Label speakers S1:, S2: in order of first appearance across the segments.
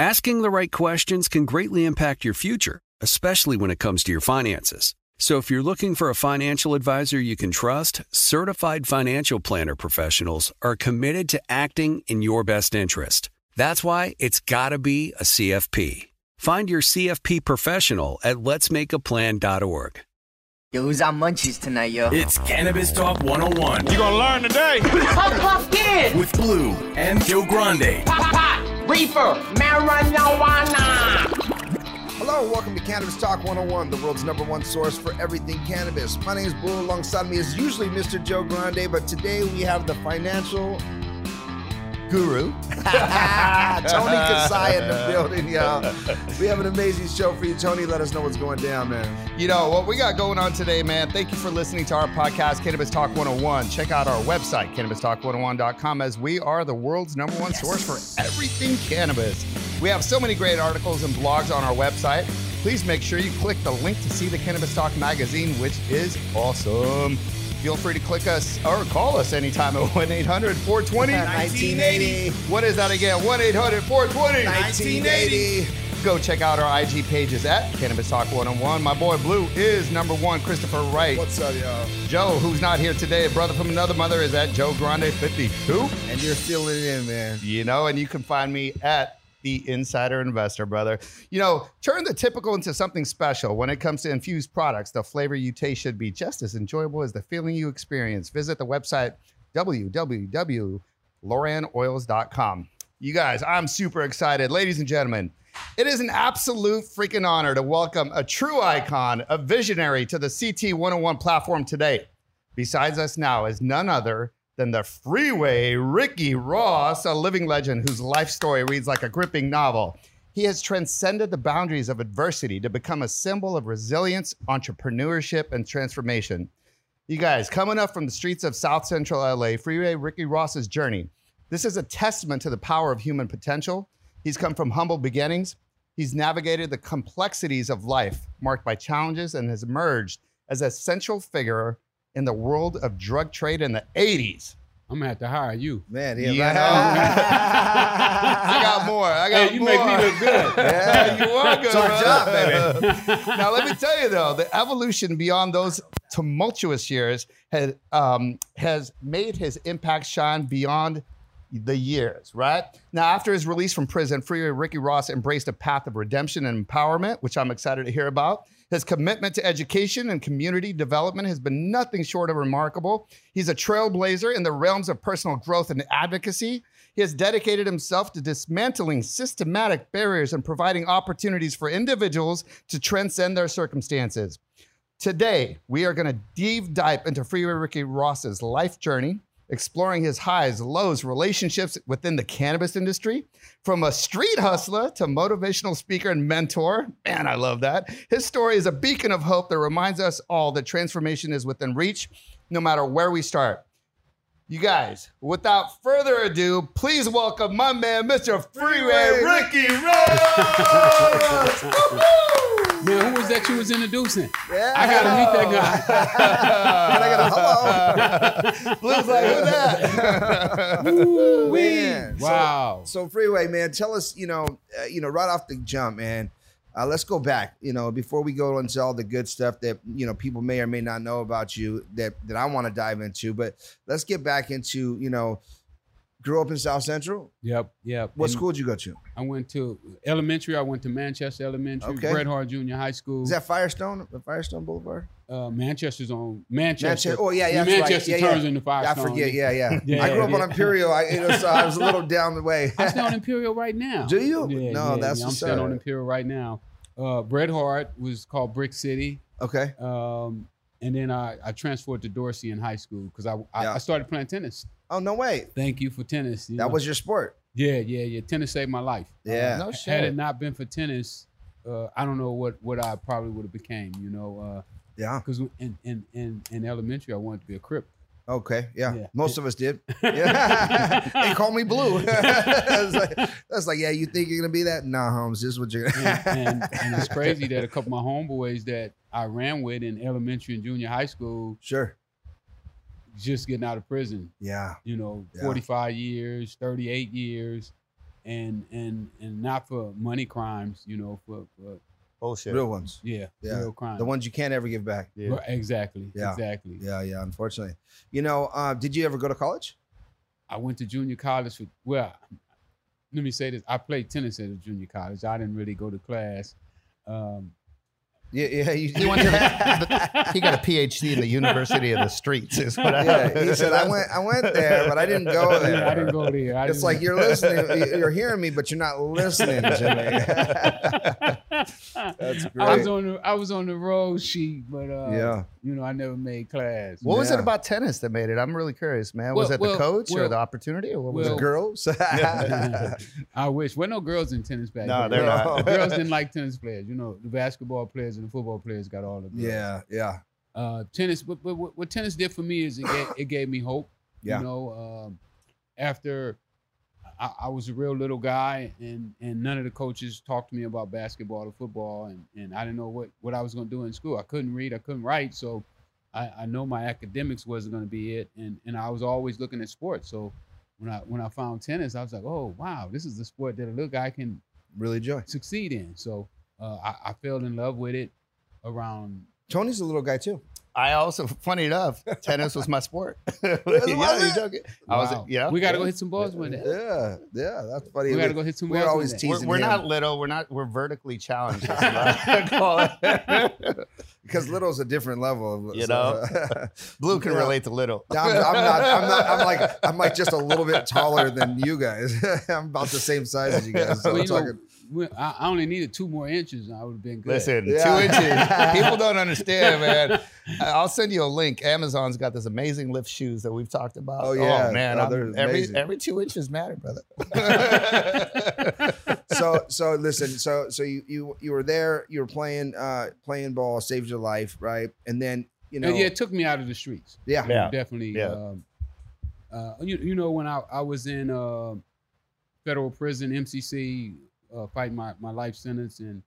S1: Asking the right questions can greatly impact your future, especially when it comes to your finances. So if you're looking for a financial advisor you can trust, certified financial planner professionals are committed to acting in your best interest. That's why it's got to be a CFP. Find your CFP professional at letsmakeaplan.org.
S2: Yo, who's on munchies tonight, yo?
S3: It's Cannabis Talk 101
S4: You're gonna learn today.
S5: Puff puff kid.
S3: with Blue and Joe Grande.
S5: Pot pot. Reefer. Marijuana.
S6: Hello, welcome to Cannabis Talk 101, the world's number one source for everything cannabis. My name is Blue. Alongside me is usually Mr. Joe Grande, but today we have the financial guru, Tony Kasai in the building, y'all. We have an amazing show for you, Tony. Let us know what's going down, man.
S7: You know what we got going on today, man. Thank you for listening to our podcast, Cannabis Talk 101. Check out our website, cannabistalk101.com, as we are the world's number one source for everything cannabis. We have so many great articles and blogs on our website. Please make sure you click the link to see the Cannabis Talk magazine, which is awesome. Feel free to click us or call us anytime at 1 800 420.
S6: 1980.
S7: What is that again? 1 800 420.
S6: 1980.
S7: Go check out our IG pages at Cannabis Talk 101. My boy Blue is number one, Christopher Wright.
S6: What's up, y'all?
S7: Joe, who's not here today, a brother from another mother, is at Joe Grande 52.
S6: And you're feeling it in, man.
S7: You know, and you can find me at the Insider Investor, brother. You know, turn the typical into something special. When it comes to infused products, the flavor you taste should be just as enjoyable as the feeling you experience. Visit the website www.loranoils.com. You guys, I'm super excited. Ladies and gentlemen, it is an absolute freaking honor to welcome a true icon, a visionary to the CT 101 platform today. Besides us now is none other than the freeway Ricky Ross, a living legend whose life story reads like a gripping novel. He has transcended the boundaries of adversity to become a symbol of resilience, entrepreneurship, and transformation. You guys, coming up from the streets of South Central LA, Freeway Ricky Ross's journey. This is a testament to the power of human potential. He's come from humble beginnings. He's navigated the complexities of life marked by challenges and has emerged as a central figure in the world of drug trade in the 80s.
S8: I'm gonna have to hire you.
S6: Man, yeah,
S7: I got more. I got
S8: Hey, you
S7: more.
S8: make me look good.
S6: Yeah.
S7: you are good.
S6: It's our
S7: brother.
S6: job, baby.
S7: now let me tell you though, the evolution beyond those tumultuous years has um, has made his impact shine beyond the years. Right now, after his release from prison, Freeway Ricky Ross embraced a path of redemption and empowerment, which I'm excited to hear about. His commitment to education and community development has been nothing short of remarkable. He's a trailblazer in the realms of personal growth and advocacy. He has dedicated himself to dismantling systematic barriers and providing opportunities for individuals to transcend their circumstances. Today, we are going to deep dive into Freeway Ricky Ross's life journey, exploring his highs, lows, relationships within the cannabis industry, from a street hustler to motivational speaker and mentor. Man, I love that. His story is a beacon of hope that reminds us all that transformation is within reach, no matter where we start. You guys, without further ado, please welcome my man, Mr. Freeway Ricky Ross. Woo-hoo!
S8: Man, who was that you was introducing?
S6: Yeah.
S8: I gotta meet that guy.
S6: And I got a hello.
S7: Blue's like, who that? Woo-wee.
S6: Man. So-
S8: Wow.
S6: So freeway man, tell us, you know, uh, you know, right off the jump, man. Uh, let's go back, you know, before we go into all the good stuff that you know people may or may not know about you that that I want to dive into. But let's get back into, you know, grew up in South Central.
S8: Yep, yep.
S6: What
S8: And
S6: school did you go to?
S8: I went to elementary. I went to Manchester Elementary,
S6: Okay.
S8: Bret Hart Junior High School.
S6: Is that Firestone? Firestone Boulevard?
S8: uh, Manchester's on Manchester.
S6: Manchester- oh, yeah, yeah, that's right.
S8: Manchester
S6: Yeah, yeah.
S8: turns into
S6: I
S8: Firestone.
S6: forget. Yeah, yeah.
S8: Yeah,
S6: I grew up
S8: yeah.
S6: on Imperial. I, you know, so I was a little down the way.
S8: I'm still on Imperial right now.
S6: Do you? No, that's
S8: I'm
S6: what's
S8: still
S6: up.
S8: on Imperial right now. Uh, Bret Hart was called Brick City.
S6: okay.
S8: Um, and then I, I transferred to Dorsey in high school because I, I,
S6: Yeah.
S8: I started playing tennis.
S6: Oh no way.
S8: Thank you for tennis. you
S6: That
S8: know.
S6: was your sport.
S8: Yeah, yeah, yeah. Tennis saved my life.
S6: Yeah.
S7: No
S8: Had it
S7: shit.
S8: not been for tennis, uh, I don't know what what I probably would have became. You know,
S6: Yeah.
S8: because in, in in in elementary, I wanted to be a crip.
S6: Okay. Yeah.
S8: Yeah.
S6: Most of us did. Yeah. they call me blue. that's, like, that's like, yeah, you think you're gonna be that? Nah, Holmes, this is what you're
S8: and,
S6: gonna
S8: and, and it's crazy that a couple of my homeboys that I ran with in elementary and junior high school
S6: Sure.
S8: just getting out of prison,
S6: Yeah.
S8: you know,
S6: Yeah.
S8: 45 years, 38 years, and and and not for money crimes, you know, for, for
S7: Bullshit.
S6: Real ones.
S8: yeah,
S6: Yeah.
S8: real crimes.
S6: The ones you can't ever give back.
S7: Yeah.
S8: Right, Exactly,
S6: Yeah.
S8: exactly.
S6: Yeah, yeah, unfortunately. You know, uh, did you ever go to college?
S8: I went to junior college for well. Let me say this: I played tennis at a junior college. I didn't really go to class. Um,
S6: Yeah, yeah. You,
S7: He went to the, he got a PhD in the University of the Streets. Is what I
S6: yeah, he said I went. I went there, but I didn't go there.
S8: I didn't go there. I
S6: It's
S8: didn't-
S6: like you're listening, you're hearing me, but you're not listening, Jimmy.
S8: That's I
S6: great.
S8: was on the I was on the road sheet, but uh,
S6: Yeah.
S8: you know, I never made class.
S7: What was
S6: Yeah.
S7: it about tennis that made it? I'm really curious, man. was
S8: Well-
S7: it the
S8: well-
S7: coach or
S8: well-
S7: the opportunity or what was
S8: well-
S7: it?
S6: Girls.
S8: I wish. Well, no girls in tennis back.
S7: No,
S8: then.
S7: they're
S8: Girls-
S6: not.
S8: Girls didn't like tennis players. You know, the basketball players and the football players got all of it.
S6: yeah, yeah,
S8: Uh, tennis, but, but what, what tennis did for me is it gave, it gave me hope.
S6: Yeah.
S8: You know, um, after I, I was a real little guy, and and none of the coaches talked to me about basketball or football, and and I didn't know what what I was going to do in school. I couldn't read, I couldn't write, so I, I know my academics wasn't going to be it, and and I was always looking at sports. So when I when I found tennis, I was like, oh wow, this is the sport that a little guy can
S6: really joy.
S8: succeed in. So uh, I, I fell in love with it around
S6: Tony's a little guy too.
S7: I also, funny enough, tennis was my sport. yeah, you're joking. I was,
S8: Wow.
S7: yeah.
S8: We got to go
S7: yeah.
S8: hit some balls one day.
S6: Yeah, yeah, that's funny.
S8: Oh, We got to go hit some
S6: we're
S8: balls.
S6: always
S8: one day.
S6: teasing.
S7: We're, we're
S6: him.
S7: not little. We're not. We're vertically challenged. is what I call it.
S6: because little's a different level. Of,
S7: You know? Blue can
S6: Yeah.
S7: relate to little.
S6: No, I'm, I'm not. I'm not. I'm like. I'm like just a little bit taller than you guys. I'm about the same size as you guys. So
S8: Well,
S6: I'm
S8: you know,
S6: talking.
S8: we- I I only needed two more inches and I would have been good.
S7: Listen,
S6: Yeah.
S7: two inches. People don't understand, man. I- I'll send you a link. Amazon's got this amazing lift shoes that we've talked about.
S6: Oh, yeah.
S7: man,
S6: Oh,
S7: I'm-
S6: they're
S7: every
S6: amazing.
S7: every two inches matter, brother.
S6: So so listen. So so you you you were there. You were playing uh playing ball. Saved your life, right? And then you know.
S8: And yeah, it took me out of the streets.
S6: yeah.
S7: Yeah.
S8: Definitely.
S7: Yeah.
S8: Um, uh, you, you know, when I, I was in uh, federal prison, MCC, uh, fighting my, my life sentence, and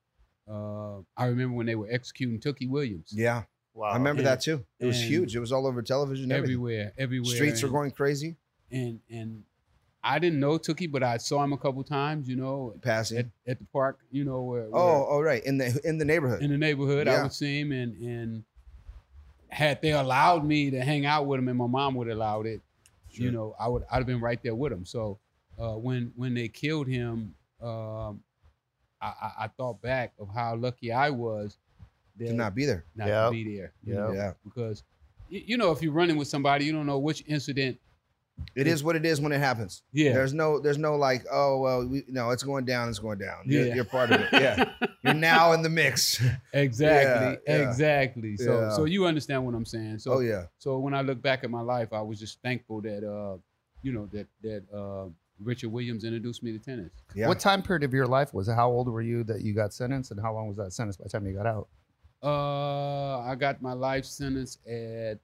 S8: uh, I remember when they were executing Tookie Williams.
S6: Yeah.
S7: Wow.
S6: I remember
S8: and-
S6: that too. It was
S8: and-
S6: huge. It was all over television. Everywhere.
S8: Everywhere, everywhere.
S6: Streets were
S8: and-
S6: going crazy.
S8: And, and I didn't know Tookie, but I saw him a couple times, you know,
S6: Passing.
S8: at, at the park, you know, where, where
S6: oh, oh, right. In the in the neighborhood.
S8: in the neighborhood.
S6: Yeah.
S8: I would see him, and and had they allowed me to hang out with him, and my mom would have allowed it, you
S6: Sure.
S8: know, I would I'd have been right there with him. So uh, when when they killed him, um, I, I, I thought back of how lucky I was that
S6: to not be there.
S8: not
S7: Yeah.
S8: to be there. you
S7: Yeah.
S8: know,
S6: Yeah.
S8: because y- you know if you're running with somebody, you don't know which incident.
S6: It is what it is when it happens.
S8: Yeah.
S6: There's no there's no like, oh well, we, no, it's going down, it's going down. You're,
S8: Yeah.
S6: you're part of it. Yeah. you're now in the mix.
S8: Exactly,
S6: Yeah, yeah.
S8: exactly. So,
S6: Yeah.
S8: so you understand what I'm saying. So,
S6: oh yeah.
S8: So when I look back at my life, I was just thankful that uh, you know that that uh, Richard Williams introduced me to tennis.
S6: Yeah.
S7: What time period of your life was it? How old were you that you got sentenced, and how long was that sentence by the time you got out?
S8: Uh, I got my life sentence at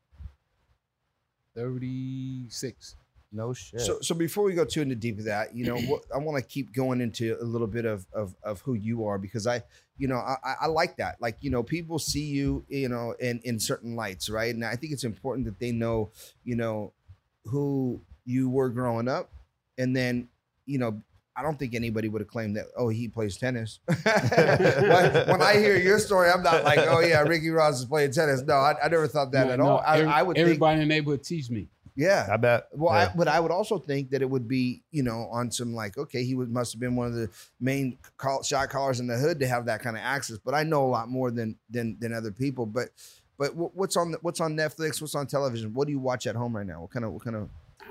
S8: thirty six.
S7: No shit.
S6: So, so before we go too into deep of that, you know, what, I want to keep going into a little bit of, of of who you are because I, you know, I, I- I like that. Like, you know, people see you, you know, in in certain lights, right? And I think it's important that they know, you know, who you were growing up, and then, you know. I don't think anybody would have claimed that. Oh, he plays tennis. when, when I hear your story, I'm not like, oh yeah, Ricky Ross is playing tennis. No, I, I never thought that
S8: No,
S6: at
S8: no,
S6: all. I,
S8: every-
S6: I would think,
S8: everybody in the neighborhood teased me.
S6: yeah,
S7: I bet.
S6: well,
S7: Yeah.
S6: I, but I would also think that it would be, you know, on some like, okay, he would, must have been one of the main call, shot callers in the hood to have that kind of access. But I know a lot more than than than other people. But but wh- what's on the- what's on Netflix? What's on television? What do you watch at home right now? What kind of what kind of?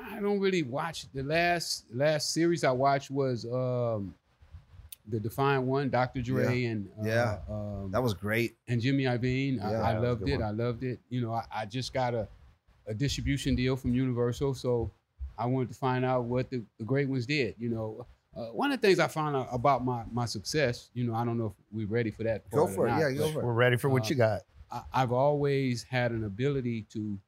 S8: I don't really watch the last last series I watched was um, the Defiant One, Dr. Dre, and uh,
S6: Yeah.
S8: um,
S6: That was great.
S8: and Jimmy Iovine.
S6: Yeah,
S8: I, I
S7: that was a
S8: loved
S7: good
S8: it.
S7: one.
S8: I loved it. You know, I, I just got a, a distribution deal from Universal, so I wanted to find out what the, the great ones did. You know, uh, one of the things I found out about my my success, you know, I don't know if we're ready for that.
S6: Go
S8: part
S6: for
S8: or
S6: it.
S8: not,
S6: Yeah, go
S8: but
S6: for it.
S7: We're ready for
S6: Uh,
S7: what you got.
S8: I, I've always had an ability to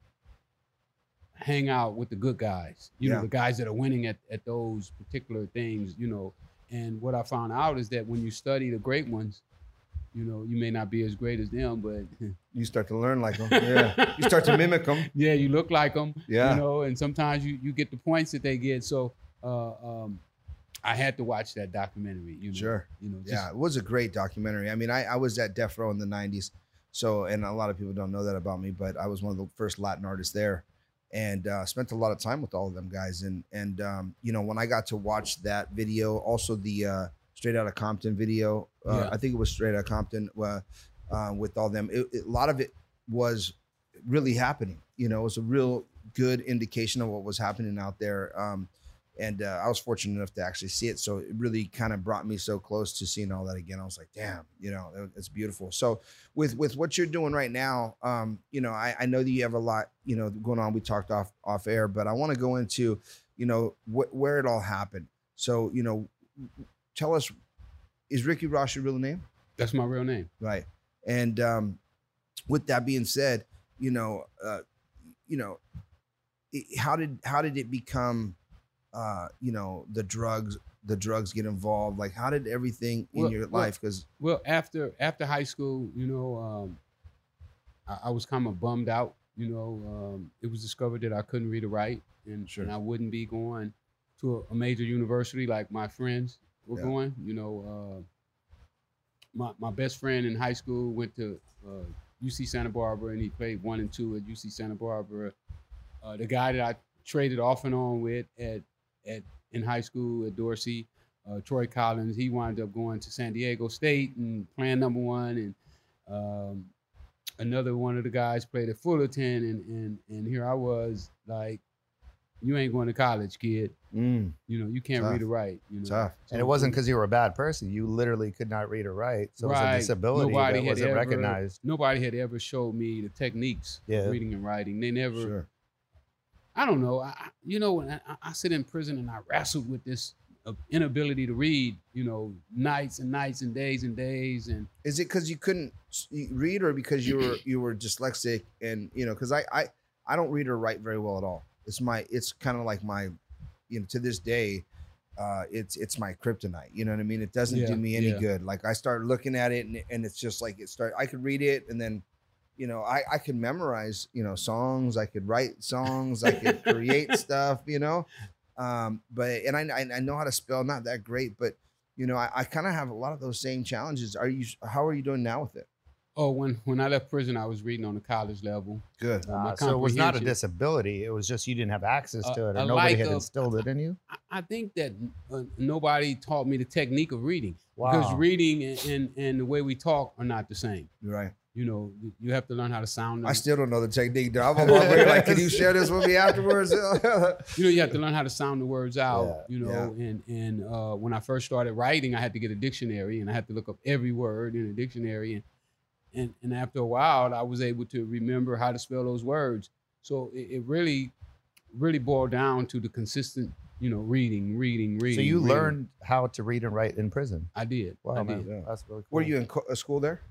S8: hang out with the good guys, you
S6: Yeah.
S8: know, the guys that are winning at, at those particular things, you know. And what I found out is that when you study the great ones, you know, you may not be as great as them, but
S6: You start to learn like them. Yeah. you start to mimic them.
S8: yeah, you look like them,
S6: Yeah.
S8: you know, and sometimes you, you get the points that they get. So uh, um, I had to watch that documentary, you know,
S6: Sure.
S8: you know, just,
S6: Yeah, it was a great documentary. I mean, I, I was at Death Row in the 90s. So, and a lot of people don't know that about me, but I was one of the first Latin artists there and uh, spent a lot of time with all of them guys. And, and um, you know, when I got to watch that video, also the uh, Straight Outta Compton video, uh,
S8: Yeah.
S6: I think it was Straight Outta Compton uh, uh, with all them, it, it- a lot of it was really happening. You know, it was a real good indication of what was happening out there. Um, and uh, I was fortunate enough to actually see it. So it really kind of brought me so close to seeing all that again. I was like, damn, you know, it- it's beautiful. So with with what you're doing right now, um, you know, I, I know that you have a lot, you know, going on. We talked off off air, but I want to go into, you know, wh- where it all happened. So you know, tell us, is Ricky Ross your real name?
S8: that's my real name.
S6: right and um with that being said you know uh you know it, how did how did it become uh you know the drugs the drugs get involved like how did everything in
S8: Well-
S6: your
S8: well-
S6: life because
S8: Well, after after high school, you know, um, I, I was kind of bummed out. You know, um, it was discovered that I couldn't read or write, and,
S6: Sure.
S8: and I wouldn't be going to a, a major university like my friends were
S6: Yeah.
S8: going. You know, uh, my my best friend in high school went to uh, UC Santa Barbara, and he played one and two at UC Santa Barbara. Uh, the guy that I traded off and on with at at in high school at Dorsey, uh, Troy Collins, he wound up going to San Diego State and playing number one, and um, another one of the guys played at Fullerton, and and and here I was like, you ain't going to college, kid.
S6: mm,
S8: You know, you can't
S6: Tough.
S8: read or write. You know,
S6: Tough.
S8: So-
S7: And it wasn't because you were a bad person. You literally could not read or write. So it was
S8: Right.
S7: a disability that
S8: had
S7: wasn't
S8: ever-
S7: recognized.
S8: Nobody had ever showed me the techniques
S7: Yeah.
S8: of reading and writing. They never.
S6: sure
S8: I don't know. I, I- you know, when I, I- I sit in prison and I wrestled with this uh, inability to read. You know, nights and nights and days and days and
S6: is it because you couldn't s- you read or because you were you were dyslexic and you know because I, I i don't read or write very well at all it's my it's kind of like my you know to this day uh it's it's my kryptonite you know what i mean it doesn't do
S8: Yeah,
S6: me any
S8: yeah.
S6: good like i start looking at it and, and it's just like it start i could read it and then you know i i could memorize you know songs i could write songs i could create stuff you know um but and i i I know how to spell not that great but you know, I, I kind of have a lot of those same challenges. Are you? How are you doing now with it?
S8: Oh, when when I left prison, I was reading on the college level.
S6: Good.
S8: Uh, my
S7: Ah, so it was not a
S8: comprehension-
S7: disability. It was just you didn't have access
S8: A-
S7: to it, or
S8: a
S7: nobody
S8: lack
S7: had
S8: of-
S7: instilled it in you.
S8: I, I think that uh, nobody taught me the technique of reading because
S7: Wow.
S8: reading and, and and the way we talk are not the same.
S6: You're right.
S8: You know, you- you have to learn how to sound.
S6: I still don't know the technique. Though. I'm a long way, like, can you share this with me afterwards?
S8: you know, you have to learn how to sound the words out. you know,
S6: yeah.
S8: and and uh, when I first started writing, I had to get a dictionary and I had to look up every word in a dictionary, and and and after a while, I was able to remember how to spell those words. So it, it really, really boiled down to the consistent, you know, reading, reading, reading.
S7: So you
S8: reading.
S7: learned how to read and write in prison.
S8: I did. I
S7: Wow, man,
S8: did.
S7: that's really cool.
S6: were you in co- uh, school there?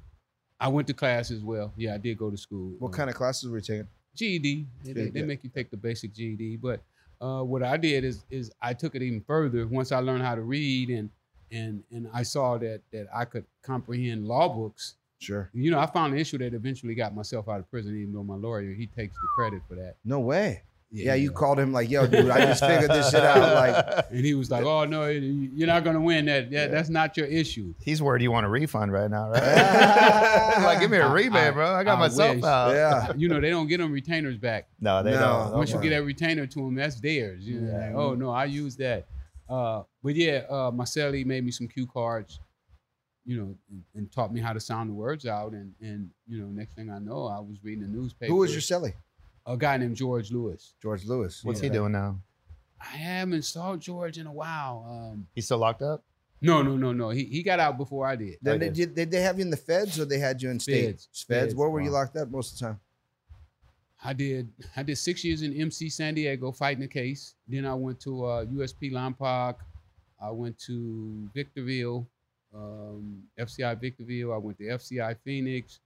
S8: I went to class as well. Yeah, I did go to school. uh,
S6: What kind of classes were you taking?
S8: GED? E They, they- they
S6: Yeah.
S8: make you take the basic GED, but uh, what I did is is I took it even further. Once I learned how to read and and and I saw that that I could comprehend law books.
S6: Sure.
S8: You know, I found an issue that eventually got myself out of prison. Even though my lawyer, he takes the credit for that.
S6: No way. Yeah, you called him like, yo, dude, I just figured this shit out. Like,
S8: And he was like, "Oh no, you- you're not gonna win that. that That's not your issue."
S7: He's worried you want a refund right now, right? like, give me a
S8: I-
S7: rebate,
S8: I-
S7: bro. I got
S8: I
S7: myself
S8: wish.
S7: out.
S6: yeah,
S8: You know, they don't get them retainers back.
S7: No, they
S6: No.
S7: don't.
S8: Once you
S6: Okay.
S8: get that retainer to them, that's theirs. You know,
S7: Yeah.
S8: like, oh no, I use that. Uh, but yeah, uh, Marcelli made me some cue cards, you know, and, and taught me how to sound the words out. And and you know, next thing I know, I was reading the newspaper.
S6: who was your Sally?
S8: A guy named George Lewis.
S6: George Lewis.
S7: What's he
S6: Yeah.
S7: doing now?
S8: I haven't saw George in a while. Um,
S7: He's still locked up?
S8: no, no, no, no. He he got out before I did.
S6: Then
S7: Okay.
S6: they, did, did they have you in the feds or they had you in state?
S8: Feds.
S6: Feds. Where were you
S8: Wow.
S6: locked up most of the time?
S8: I did I did six years in MC San Diego fighting a case. Then I went to uh, USP Lompoc. I went to Victorville, um, FCI Victorville. I went to FCI Phoenix,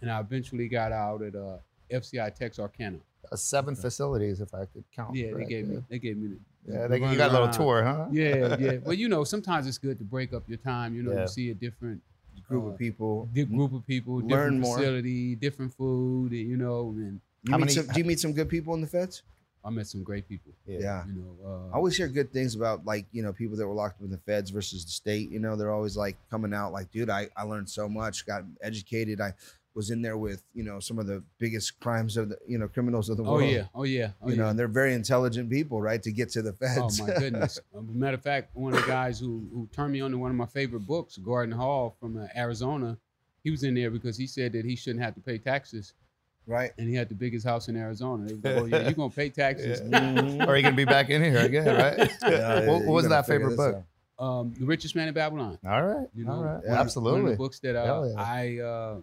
S8: and I eventually got out at uh, FCI Texarkana.
S7: Uh, seven facilities, if I could
S6: Oh,
S7: count.
S8: Yeah, they
S7: correctly.
S8: gave me they gave me the
S7: Yeah, they,
S8: Run
S7: you got a little
S8: around.
S7: tour, huh?
S8: yeah, yeah. Well, you know, sometimes it's good to break up your time. You know,
S7: Yeah.
S8: you see a different
S6: Group
S8: uh,
S6: of people.
S8: di- group of people,
S6: Learn
S8: different
S6: more.
S8: facility, different food. And, you know, and
S6: You
S7: How
S6: meet
S7: many-
S6: some, do you meet some good people in the feds?
S8: I met some great people.
S7: Yeah.
S8: You know,
S6: I
S8: uh,
S6: always hear good things about like you know people that were locked up in the feds versus the state. You know, they're always like coming out like, dude, I I learned so much, got educated. I was in there with you know some of the biggest crimes of the you know criminals of the
S8: oh
S6: world.
S8: yeah, oh yeah, oh
S6: you
S8: yeah.
S6: know, and they're very intelligent people, right? To get to the
S8: Oh
S6: feds.
S8: my goodness! Uh, Matter of fact, one of the guys who who turned me on to one of my favorite books, Gordon Hall from uh, Arizona, he was in there because he said that he shouldn't have to pay taxes,
S6: right?
S8: and he had the biggest house in Arizona. They was like, oh yeah, you're gonna pay taxes.
S7: Or Mm-hmm. you can be back in here again, right?
S6: Yeah, Uh,
S7: what
S6: you
S7: what was
S6: gotta
S7: that
S6: figure
S7: favorite
S6: this
S7: book?
S6: out.
S8: Um, the richest man in Babylon.
S7: All right.
S8: You
S7: all
S8: know,
S7: right.
S6: yeah,
S8: One of the
S7: Absolutely.
S8: books that uh,
S7: Hell yeah.
S8: I uh,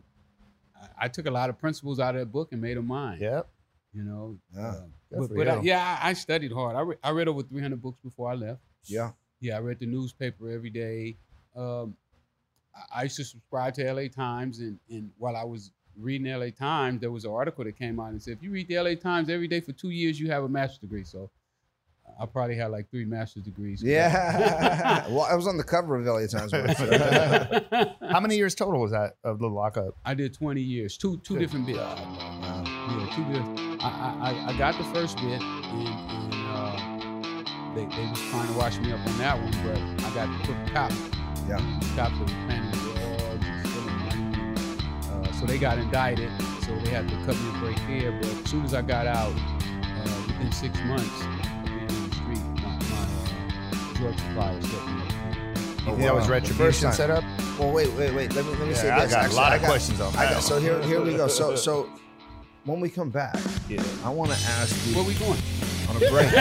S8: I- I took a lot of principles out of that book and made them mine.
S7: Yep.
S8: You know.
S6: Yeah.
S8: uh,
S7: Good
S8: but
S7: for
S8: but I,
S7: you.
S8: yeah, I I studied hard. I, re- I read over 300 books before I left.
S6: Yeah.
S8: Yeah, I read the newspaper every day. Um, I- I used to subscribe to LA Times, and, and while I was reading LA Times, there was an article that came out and said, if you read the LA Times every day for two years, you have a master's degree. So I probably had like three master's degrees.
S6: Yeah. well, I was on the cover of LA Times once. uh,
S7: How many years total was that of the lockup?
S6: Oh,
S8: I did 20 years, two two
S7: Good
S8: different bits.
S7: God,
S8: Yeah, two different. I, I- I, I got the first bit, and, and uh, they, they was trying to wash me up on that one, but I got put the cops.
S6: Yeah.
S8: The cops were planning drugs and stealing money. Uh, so they got indicted, so they had to cut me a break there. But as soon as I got out, uh, within six months of being on the street, my, my uh, drug supplier stepped me up.
S7: You think that was
S6: wow. First
S7: retribution
S6: time.
S7: set up?
S6: Well, wait, wait, wait. Let me let me say
S7: I
S6: this.
S7: got
S6: Actually,
S7: a lot
S6: I
S7: of
S6: got-
S7: questions on that.
S6: I got, so
S7: one.
S6: here, here we go. So, so when we come back, I want to ask you
S8: Where we going?
S6: on a break.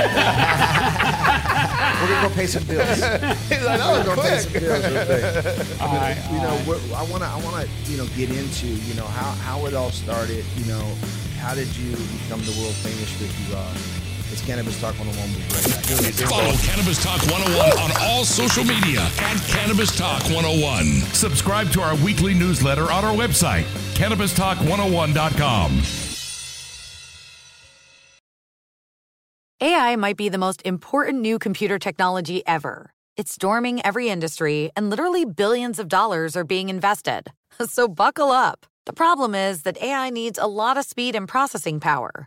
S6: We're gonna go pay some bills.
S7: He's like,
S6: We're
S7: "That
S6: gonna
S7: was
S6: pay some
S7: quick."
S6: bills real quick.
S8: All right,
S6: You
S8: all
S6: know,
S8: right.
S6: we're, I wanna, I wanna, you know, get into, you know, how how it all started. You know, how did you become the world famous Ricky Ross? It's Cannabis Talk 101. We'll be right back.
S4: Follow Cannabis Talk 101 on all social media at Cannabis Talk 101. Subscribe to our weekly newsletter on our website, cannabistalk101.com.
S9: AI might be the most important new computer technology ever. It's storming every industry, and literally billions of dollars are being invested. So buckle up. The problem is that AI needs a lot of speed and processing power.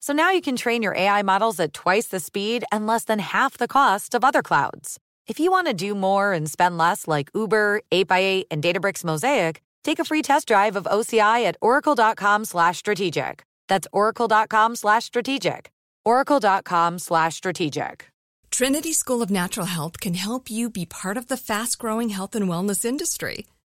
S9: So now you can train your AI models at twice the speed and less than half the cost of other clouds. If you want to do more and spend less like Uber, 8x8, and Databricks Mosaic, take a free test drive of OCI at oracle.com slash strategic. That's oracle.com slash strategic. oracle.com slash strategic.
S10: Trinity School of Natural Health can help you be part of the fast growing health and wellness industry.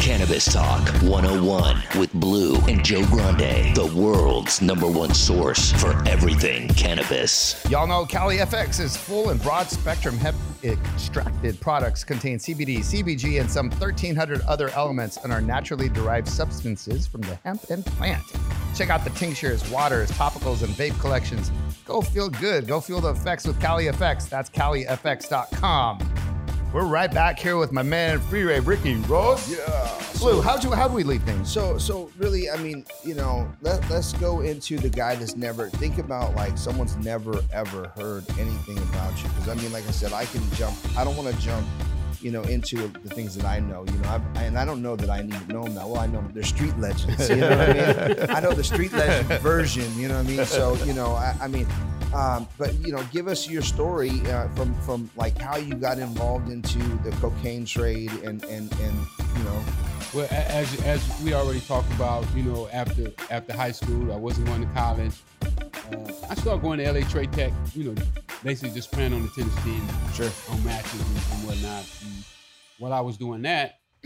S11: Cannabis Talk 101 with Blue and Joe Grande, the world's number one source for everything cannabis.
S7: Y'all know Cali FX is full and broad spectrum hemp extracted products contain CBD, CBG, and some 1,300 other elements and are naturally derived substances from the hemp and plant. Check out the tinctures, waters, topicals, and vape collections. Go feel good. Go feel the effects with Cali FX. That's CaliFX.com. We're right back here with my man Free Ray Ricky Ross.
S6: Yes.
S7: Blue, how'd you, how'd we leave things?
S6: So, so really, I mean, you know, let, let's go into the guy that's never, think about like someone's never ever heard anything about you. Cause I mean, like I said, I can jump, I don't want to jump, you know, into the things that I know, you know, I've, and I don't know that I need to know them that well. I know they're street legends, you know what I mean? I know the street legend version, you know what I mean? So, you know, I, I mean, um, but you know, give us your story uh, from from like how you got involved into the cocaine trade and and and you know
S8: Well, a- as as we already talked about, you know, after after high school, I wasn't going to college. Uh, I started going to LA Trade Tech, you know, basically just playing on the tennis team, sure, on matches and, and whatnot. And while I was doing that,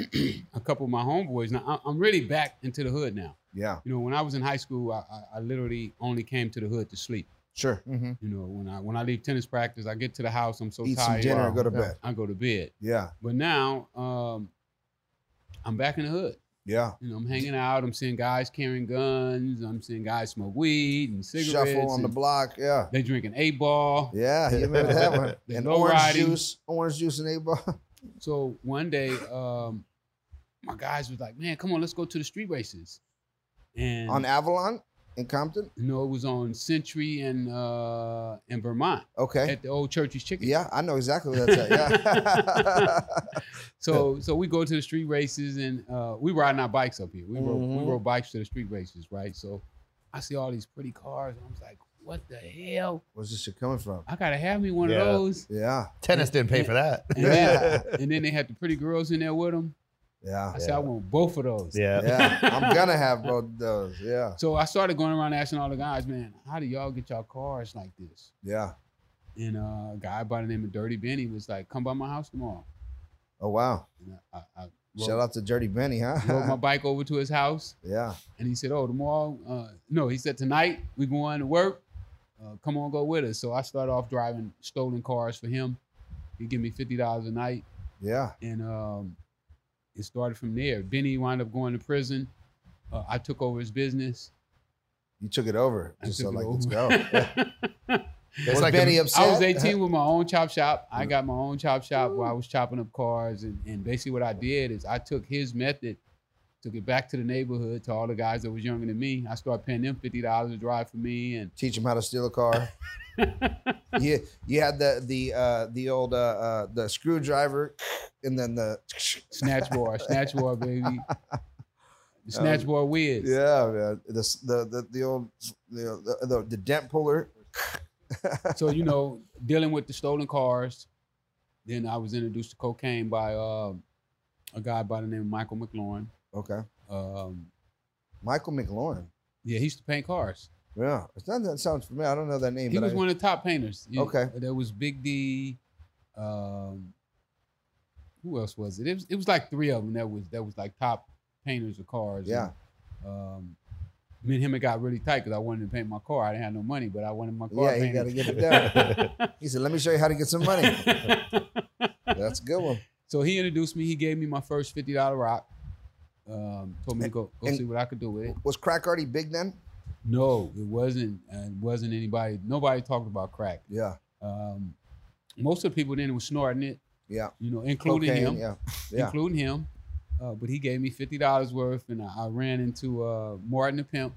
S8: a couple of my homeboys. Now I- I'm really back into the hood now.
S6: yeah
S8: You know, when I was in high school, I, I, I literally only came to the hood to sleep.
S6: sure
S8: You know, when I when I leave tennis practice, I get to the house. I'm so
S6: eat some
S8: tired.
S6: dinner and go to
S8: Yeah.
S6: bed.
S8: I go to bed.
S6: Yeah,
S8: But now, um, I'm back in the hood.
S6: yeah.
S8: You know, I'm hanging out. I'm seeing guys carrying guns. I'm seeing guys smoke weed and cigarettes.
S6: Shuffle on the
S8: and
S6: block. Yeah,
S8: They drinking eight ball.
S6: yeah. You remember that one?
S8: They
S6: and
S8: low
S6: orange
S8: riding.
S6: juice, orange juice and a bar.
S8: So one day, um, my guys was like, "Man, come on, let's go to the street races." And
S6: on Avalon in Compton.
S8: no, it was on Century and uh, in Vermont
S6: Okay.
S8: at the old Church's Chicken.
S6: Yeah, I know exactly what that's at. Yeah.
S8: So so we go to the street races and uh, we riding our bikes up here. We rode, we
S6: Mhm.
S8: rode bikes to the street races, right? So I see all these pretty cars and I was like, what the hell?
S6: Where's this shit coming from?
S8: I gotta have me one
S7: Yeah.
S8: of those.
S6: Yeah,
S7: Tennis didn't pay for that.
S8: And, then, and then they had the pretty girls in there with them.
S6: yeah,
S8: I said, I want both of those.
S6: yeah. I'm gonna have both those. Yeah,
S8: So I started going around asking all the guys, man, how do y'all get y'all cars like this?
S6: yeah.
S8: And uh, a guy by the name of Dirty Benny was like, come by my house tomorrow.
S6: Oh wow.
S8: And I, I, I
S6: Shout
S8: rode,
S6: out to Dirty Benny, huh?
S8: rode my bike over to his house.
S6: yeah.
S8: And he said, "Oh, tomorrow? Uh, no." He said, "Tonight we going to work. Uh, come on, go with us." So I started off driving stolen cars for him. He give me fifty dollars a night,
S6: Yeah.
S8: and um, it started from there. Benny wound up going to prison. Uh, I took over his business.
S6: You took it over.
S8: I
S6: Just so
S8: took it
S6: like, let's go.
S8: over.
S7: It's
S6: Was
S7: like
S6: Benny
S7: a-
S6: upset?
S8: I was
S6: uh,
S8: 18 with my own chop shop. I got my own chop shop where I was chopping up cars. And, and basically what I did is I took his method, took it back to the neighborhood, to all the guys that was younger than me. I started paying them $50 to drive for me. And
S6: Teach him how to steal a car. you you had the the uh, the old uh, uh, the screwdriver, and then the
S8: Snatch bar, snatch bar, baby. The snatch bar whiz.
S6: yeah man the s- the the, the old the, the the dent puller.
S8: So you know, dealing with the stolen cars. Then I was introduced to cocaine by uh, a guy by the name of Michael McLaurin.
S6: Okay,
S8: Um,
S6: Michael McLaurin.
S8: yeah, he used to paint cars.
S6: Yeah, it's not that sounds familiar. I don't know that name.
S8: He
S6: but
S8: was
S6: I,
S8: one of the top painters. You-
S6: Okay.
S8: There was Big D. Um, who else was it? It was, it was like three of them that was that was like top painters of cars.
S6: Yeah.
S8: And, um, me and him it got really tight because I wanted to paint my car. I didn't have no money, but I wanted my car
S6: Yeah, he got to
S8: painted.
S6: get it down. he said, "Let me show you how to get some money." That's a good one.
S8: So he introduced me. He gave me my first fifty dollar rock. Um, told me to go go
S6: And-
S8: see what I could do with it.
S6: Was crack already big then?
S8: No, it wasn't. uh, It wasn't anybody. Nobody talked about crack.
S6: Yeah,
S8: Um, most of the people then were snorting it.
S6: yeah.
S8: You know, including
S6: Cocaine,
S8: him.
S6: Yeah, yeah.
S8: including him. Uh, but he gave me fifty dollars worth, and I, I ran into uh, Martin the pimp.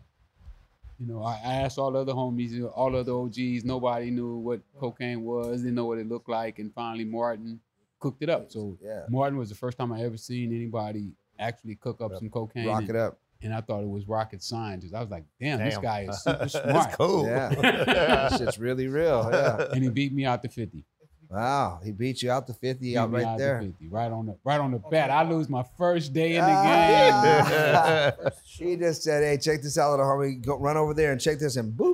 S8: You know, I, I asked all the other homies, you know, all the other OGs. Nobody knew what cocaine was, didn't know what it looked like, and finally Martin cooked it up. So
S6: Yeah.
S8: Martin was the first time I ever seen anybody actually cook up some cocaine,
S6: Rock
S8: and,
S6: it up.
S8: and I thought it was rocket scientist. I was like, damn, this
S7: Damn.
S8: guy is super
S7: That's
S8: smart.
S7: cool.
S6: Yeah, that shit's really real. Yeah.
S8: And he beat me out to fifty.
S6: Wow, he beat you out to fifty
S8: Beat
S6: out
S8: me
S6: right
S8: out to
S6: there.
S8: 50, right on the right on the bat. I lose my first day in the game.
S6: Ah, she just said, "Hey, check this out, little homie. Go run over there and check this." And boop,